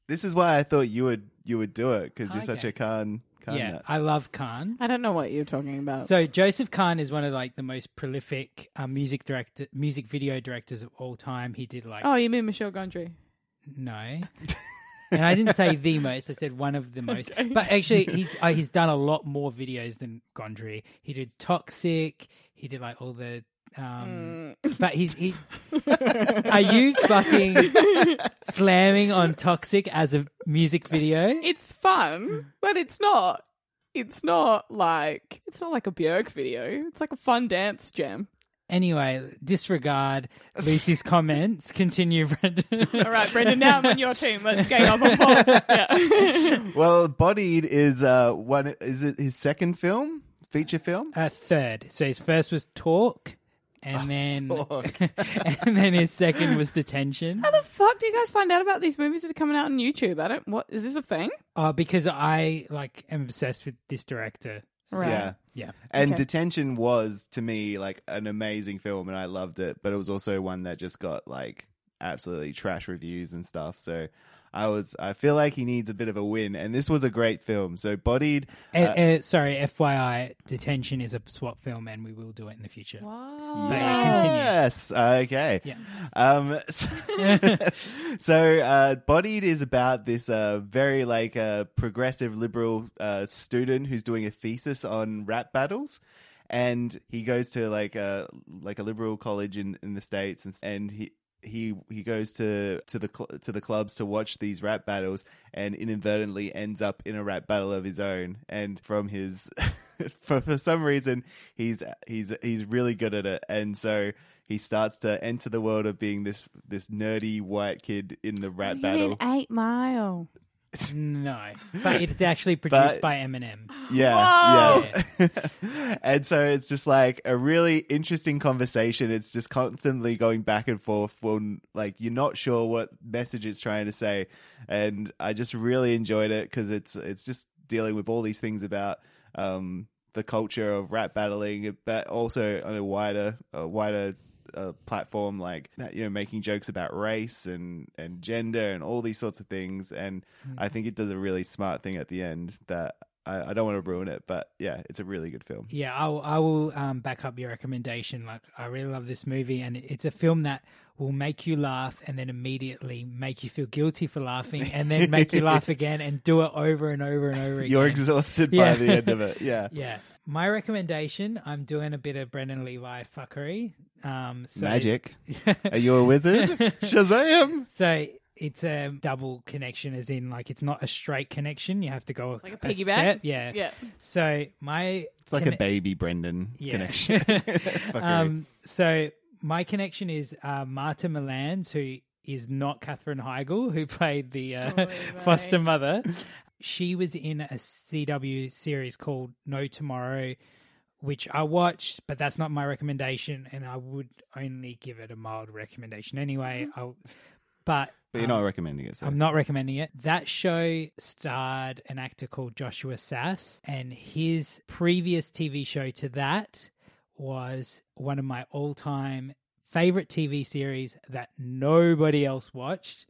E: This is why I thought you would you would do it because you're such
C: Okay.
E: a Kahn. Kahn
C: yeah,
E: nut.
C: I love Khan.
D: I don't know what you're talking about.
C: So Joseph Kahn is one of like the most prolific uh, music director, music video directors of all time. He did like
D: oh, you mean Michelle Gondry?
C: no, and I didn't say the most. I said one of the most. But actually, he's uh, he's done a lot more videos than Gondry. He did Toxic. He did like all the. Um,
D: Mm.
C: But he's he. are you fucking slamming on Toxic as a music video?
D: It's fun, but it's not. It's not like it's not like a Björk video. It's like a fun dance jam.
C: Anyway, disregard Lucy's comments. Continue, Brendan.
D: All right, Brendan. Now I'm on your team. Let's game up on Paul. Yeah.
E: Well, Bodied is uh one is it his second film feature film?
C: Uh, third. So his first was talk, and then
E: Oh, Talk.
C: and then his second was detention.
D: How the fuck do you guys find out about these movies that are coming out on YouTube? I don't. What is this a thing?
C: Uh, because I like am obsessed with this director.
D: Right.
E: Yeah.
C: Yeah.
E: And
D: Okay.
E: Detention was to me like an amazing film and I loved it, but it was also one that just got like absolutely trash reviews and stuff. So I was I feel like he needs a bit of a win and this was a great film. So Bodied
C: Uh, uh, sorry, FYI, detention is a swap film, and we will do it in the future.
D: Wow.
E: Yes. Okay.
C: Yeah.
E: Um, so so, uh, Bodied is about this uh, very like uh, progressive liberal uh, student who's doing a thesis on rap battles. And he goes to like a like a liberal college in, in the states, and, and he he he goes to to the cl- to the clubs to watch these rap battles, and inadvertently ends up in a rap battle of his own. And from his for, for some reason he's he's he's really good at it and so he starts to enter the world of being this this nerdy white kid in the rap
D: Oh,
E: battle
D: Eight Mile.
C: No, but it's actually produced
E: But-
C: by Eminem.
E: yeah yeah and so it's just like a really interesting conversation it's just constantly going back and forth when like you're not sure what message it's trying to say and i just really enjoyed it because it's it's just dealing with all these things about um the culture of rap battling but also on a wider a wider a platform like that you know making jokes about race and and gender and all these sorts of things and
C: Mm-hmm.
E: i think it does a really smart thing at the end that I, I don't want to ruin it but yeah it's a really good film
C: Yeah, I will, I will um, back up your recommendation. Like, I really love this movie, and it's a film that will make you laugh and then immediately make you feel guilty for laughing, and then make you laugh again, and do it over and over and over again.
E: you're exhausted
C: Yeah.
E: by the end of it yeah,
C: Yeah. My recommendation, I'm doing a bit of Brendan Levi fuckery. Um, so,
E: magic are you a wizard shazam
C: So it's a double connection, as in, like, it's not a straight connection. You have to go
D: Like a
C: step.
D: piggyback.
C: Yeah.
D: Yeah.
C: So my.
E: it's like a baby brendan
C: Yeah.
E: connection
C: Um, so my connection is uh, Marta Milans, who is not Catherine Heigl, who played the uh,
D: Oh, right.
C: foster mother. She was in a CW series called No Tomorrow, which I watched, but that's not my recommendation, and I would only give it a mild recommendation anyway. I'll, but
E: But you're not recommending it. So.
C: um, I'm not recommending it. That show starred an actor called Joshua Sass, and his previous TV show to that was one of my all time favorite TV series that nobody else watched.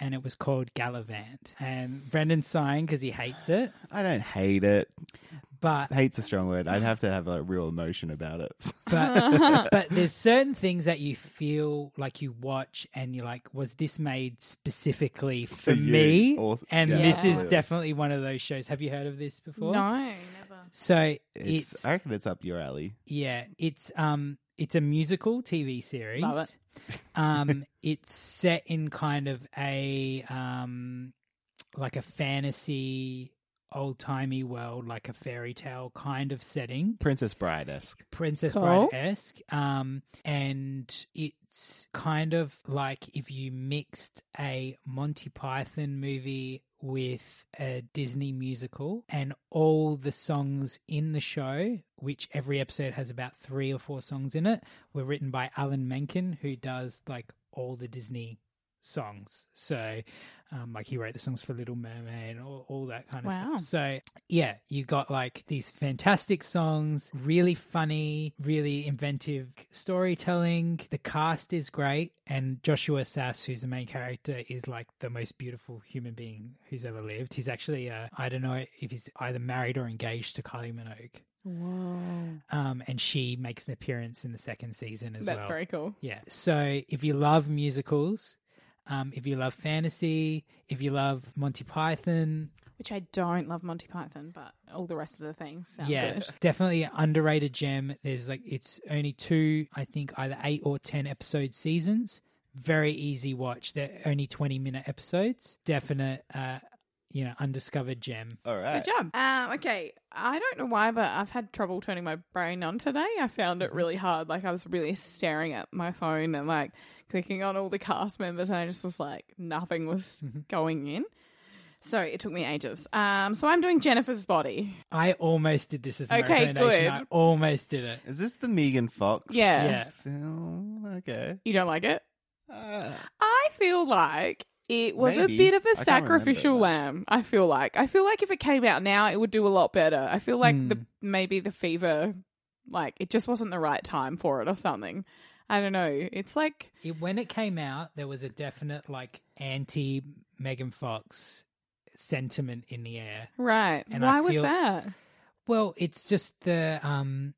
C: And it was called Gallivant. And Brendan's sighing because he hates it.
E: I don't hate it.
C: But
E: Hate's a strong word.
C: Uh-huh.
E: I'd have to have a real emotion about it.
C: but but there's certain things that you feel like you watch and you're like, was this made specifically for,
E: you,
C: me?
E: or-
C: and
E: yeah,
C: this is
E: absolutely.
C: definitely one of those shows. Have you heard of this before?
D: No, never.
C: So
E: It's,
C: it's
E: I reckon it's up your alley.
C: yeah, it's um it's a musical TV series.
D: Love
C: um it's set in kind of a um like a fantasy old timey world, like a fairy tale kind of setting.
E: Princess Bride esque.
C: Princess
D: Cool.
C: Bride esque. Um, and it's kind of like if you mixed a Monty Python movie with a Disney musical, and all the songs in the show, which every episode has about three or four songs in it, were written by Alan Menken, who does like all the Disney songs. So, um, like he wrote the songs for Little Mermaid and all, all that kind of
D: Wow.
C: stuff. So, yeah, you got like these fantastic songs, really funny, really inventive storytelling. The cast is great, and Joshua Sass, who's the main character, is like the most beautiful human being who's ever lived. He's actually, uh, I don't know if he's either married or engaged to Kylie Minogue.
D: Whoa.
C: Um, and she makes an appearance in the second season as
D: That's
C: well.
D: very cool.
C: Yeah. So if you love musicals, um, if you love fantasy, if you love Monty Python,
D: Which I don't love Monty Python, but all the rest of the things sound
C: yeah,
D: good.
C: definitely an underrated gem. There's like it's only two, I think, either eight or ten episode seasons. Very easy watch. They're only twenty minute episodes. Definite, uh, you know, undiscovered gem.
E: All right.
D: Good job. Um, okay, I don't know why, but I've had trouble turning my brain on today. I found
C: Mm-hmm.
D: it really hard. Like I was really staring at my phone and like clicking on all the cast members, and I just was like, nothing was
C: Mm-hmm.
D: going in. So it took me ages. Um, so I'm doing Jennifer's Body.
C: I almost did this as my
D: Okay,
C: recommendation.
D: good.
C: I almost did it.
E: Is this the Megan Fox
D: Yeah.
C: Yeah.
E: film? Okay.
D: You don't like it?
E: Uh,
D: I feel like it was
E: Maybe.
D: a bit of
E: I
D: a
E: can't remember
D: sacrificial
E: much.
D: lamb. I feel like. I feel like if it came out now, it would do a lot better. I feel like
E: Hmm.
D: the maybe the fever, like it just wasn't the right time for it or something. I don't know. It's like
C: it, when it came out, there was a definite like anti Megan Fox sentiment in the air.
D: right.
C: And
D: Why
C: I
D: was
C: feel-
D: that?
E: Hmm.
C: Well, it's just the um,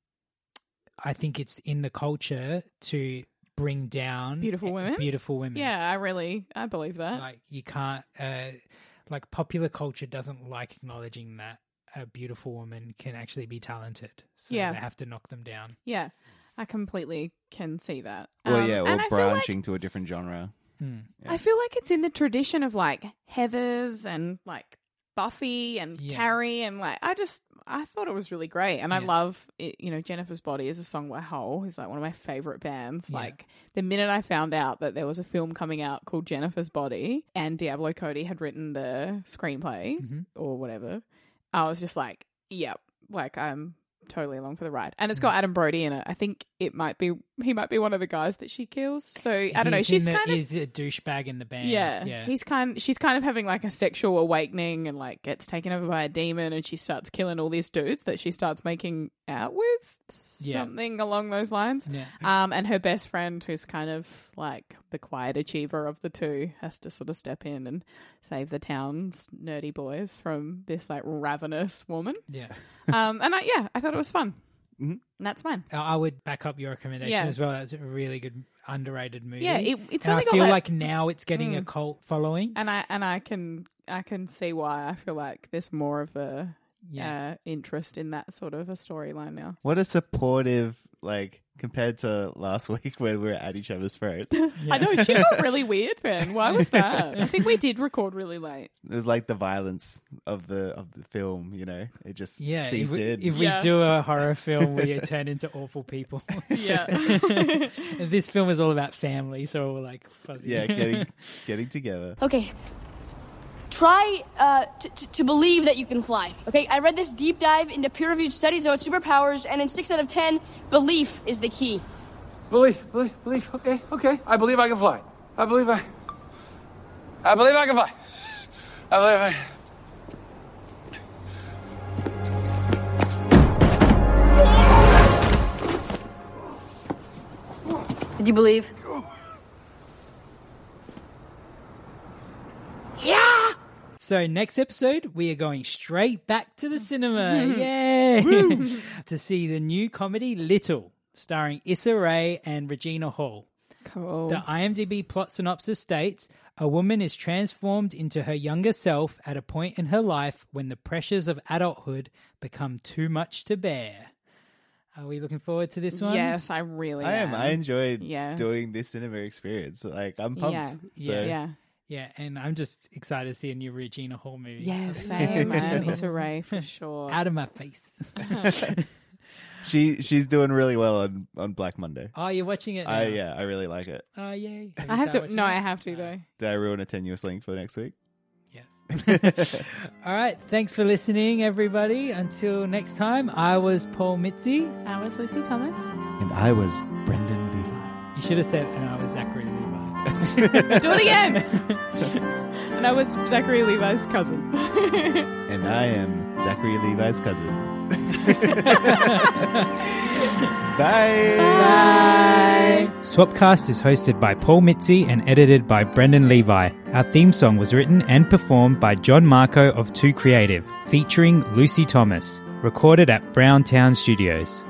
C: I think it's in the culture to bring down
D: Beautiful
C: eh,
D: women?
C: Beautiful women.
D: Yeah, I really I believe that.
C: like you can't. Uh, like popular culture doesn't like acknowledging that a beautiful woman can actually be talented. So
D: Yeah.
C: they have to knock them down.
D: yeah. I completely can see that.
E: well,
D: Um,
E: yeah,
D: and I
E: we're
D: feel like-
E: branching to a different genre.
C: Hmm.
D: I feel like it's in the tradition of like Heathers and like Buffy and
C: Yeah.
D: Carrie and like I just I thought it was really great and I
C: Yeah.
D: love it, you know Jennifer's Body is a song by Hole who's like one of my favorite bands
C: Yeah.
D: like the minute I found out that there was a film coming out called Jennifer's Body and Diablo Cody had written the screenplay
C: Mm-hmm.
D: or whatever I was just like yep like I'm totally along for the ride and it's
C: Mm.
D: got Adam Brody in it I think it might be he might be one of the guys that she kills so I don't know
C: He's
D: she's
C: in the-
D: kind of
C: he's a douchebag in the band.
D: yeah,
C: yeah.
D: he's kind. She's kind of having like a sexual awakening, and like gets taken over by a demon, and she starts killing all these dudes that she starts making out with,
C: Yeah.
D: something along those lines.
C: Yeah.
D: Um, and her best friend, who's kind of like the quiet achiever of the two, has to sort of step in and save the town's nerdy boys from this like ravenous woman.
C: yeah.
D: um, and I, yeah, I thought it was fun.
C: Mm-hmm.
E: Mhm.
D: And that's mine.
C: I I would back up your recommendation
D: Yeah.
C: as well. That's a really good underrated movie.
D: Yeah, it, it's
C: and I
D: only got Mm. Uh,
C: feel
D: like,
C: like now it's getting a cult following.
D: and I and I can I can see why I feel like there's more of a
C: Yeah.
D: uh, interest in that sort of a storyline now.
E: What a supportive, like, compared to last week when we were at each other's throats. it
D: I know she got really weird then. Why was that? I think we did record really late.
E: was like the violence of the of the film, you know? It just
C: Yeah, if
E: seeped
C: we,
E: in.
C: if
D: Yeah.
C: we do a horror film, we turn into awful people.
D: Yeah.
C: this film is all about family, so we're like fuzzy.
E: yeah, getting getting together.
H: Okay.
J: Try uh, t- t- to believe that you can fly. Okay, I read this deep dive into peer reviewed studies about superpowers, and in six out of ten, belief is the key.
G: Believe, believe, believe. Okay, okay. I believe I can fly. I believe I. I believe I can fly. I believe I.
J: Did you believe?
C: Yeah. So next episode, we are going straight back to the cinema.
D: Mhm.
C: Yay! to see the new comedy Little, starring Issa Rae and Regina Hall.
D: Cool.
C: The IMDb plot synopsis states a woman is transformed into her younger self at a point in her life when the pressures of adulthood become too much to bear. Are we looking forward to this one?
D: Yes, I really
E: I am.
D: am.
E: I enjoyed
D: Oh, Yeah.
E: doing this cinema experience. Like I'm pumped.
D: Yeah.
E: So.
C: Yeah. Yeah, and I'm just excited to see a new Regina Hall movie.
D: Yeah, same, man. It's a ray for sure.
C: Out of my face.
E: She she's doing really well on on Black Monday.
C: oh, you're watching it?
E: I
C: now?
E: yeah, I really like it.
C: Oh, yay.
D: I have to. No, I have to though.
E: Did I ruin a tenuous link for the next week?
C: All right. Thanks for listening, everybody. Until next time, I was Paul Mitzi.
D: I was Lucy Thomas.
E: And I was Brendan Levi.
C: You should have said, and I was Zachary
D: Do
C: Levi.
D: it again. and I was Zachary Levi's cousin.
E: And I am Zachary Levi's cousin. Bye.
C: Bye. Swapcast is hosted by Paul Mitzi and edited by Brendan Levi. Our theme song was written and performed by John Marco of Two Creative, featuring Lucy Thomas, recorded at Browntown Studios.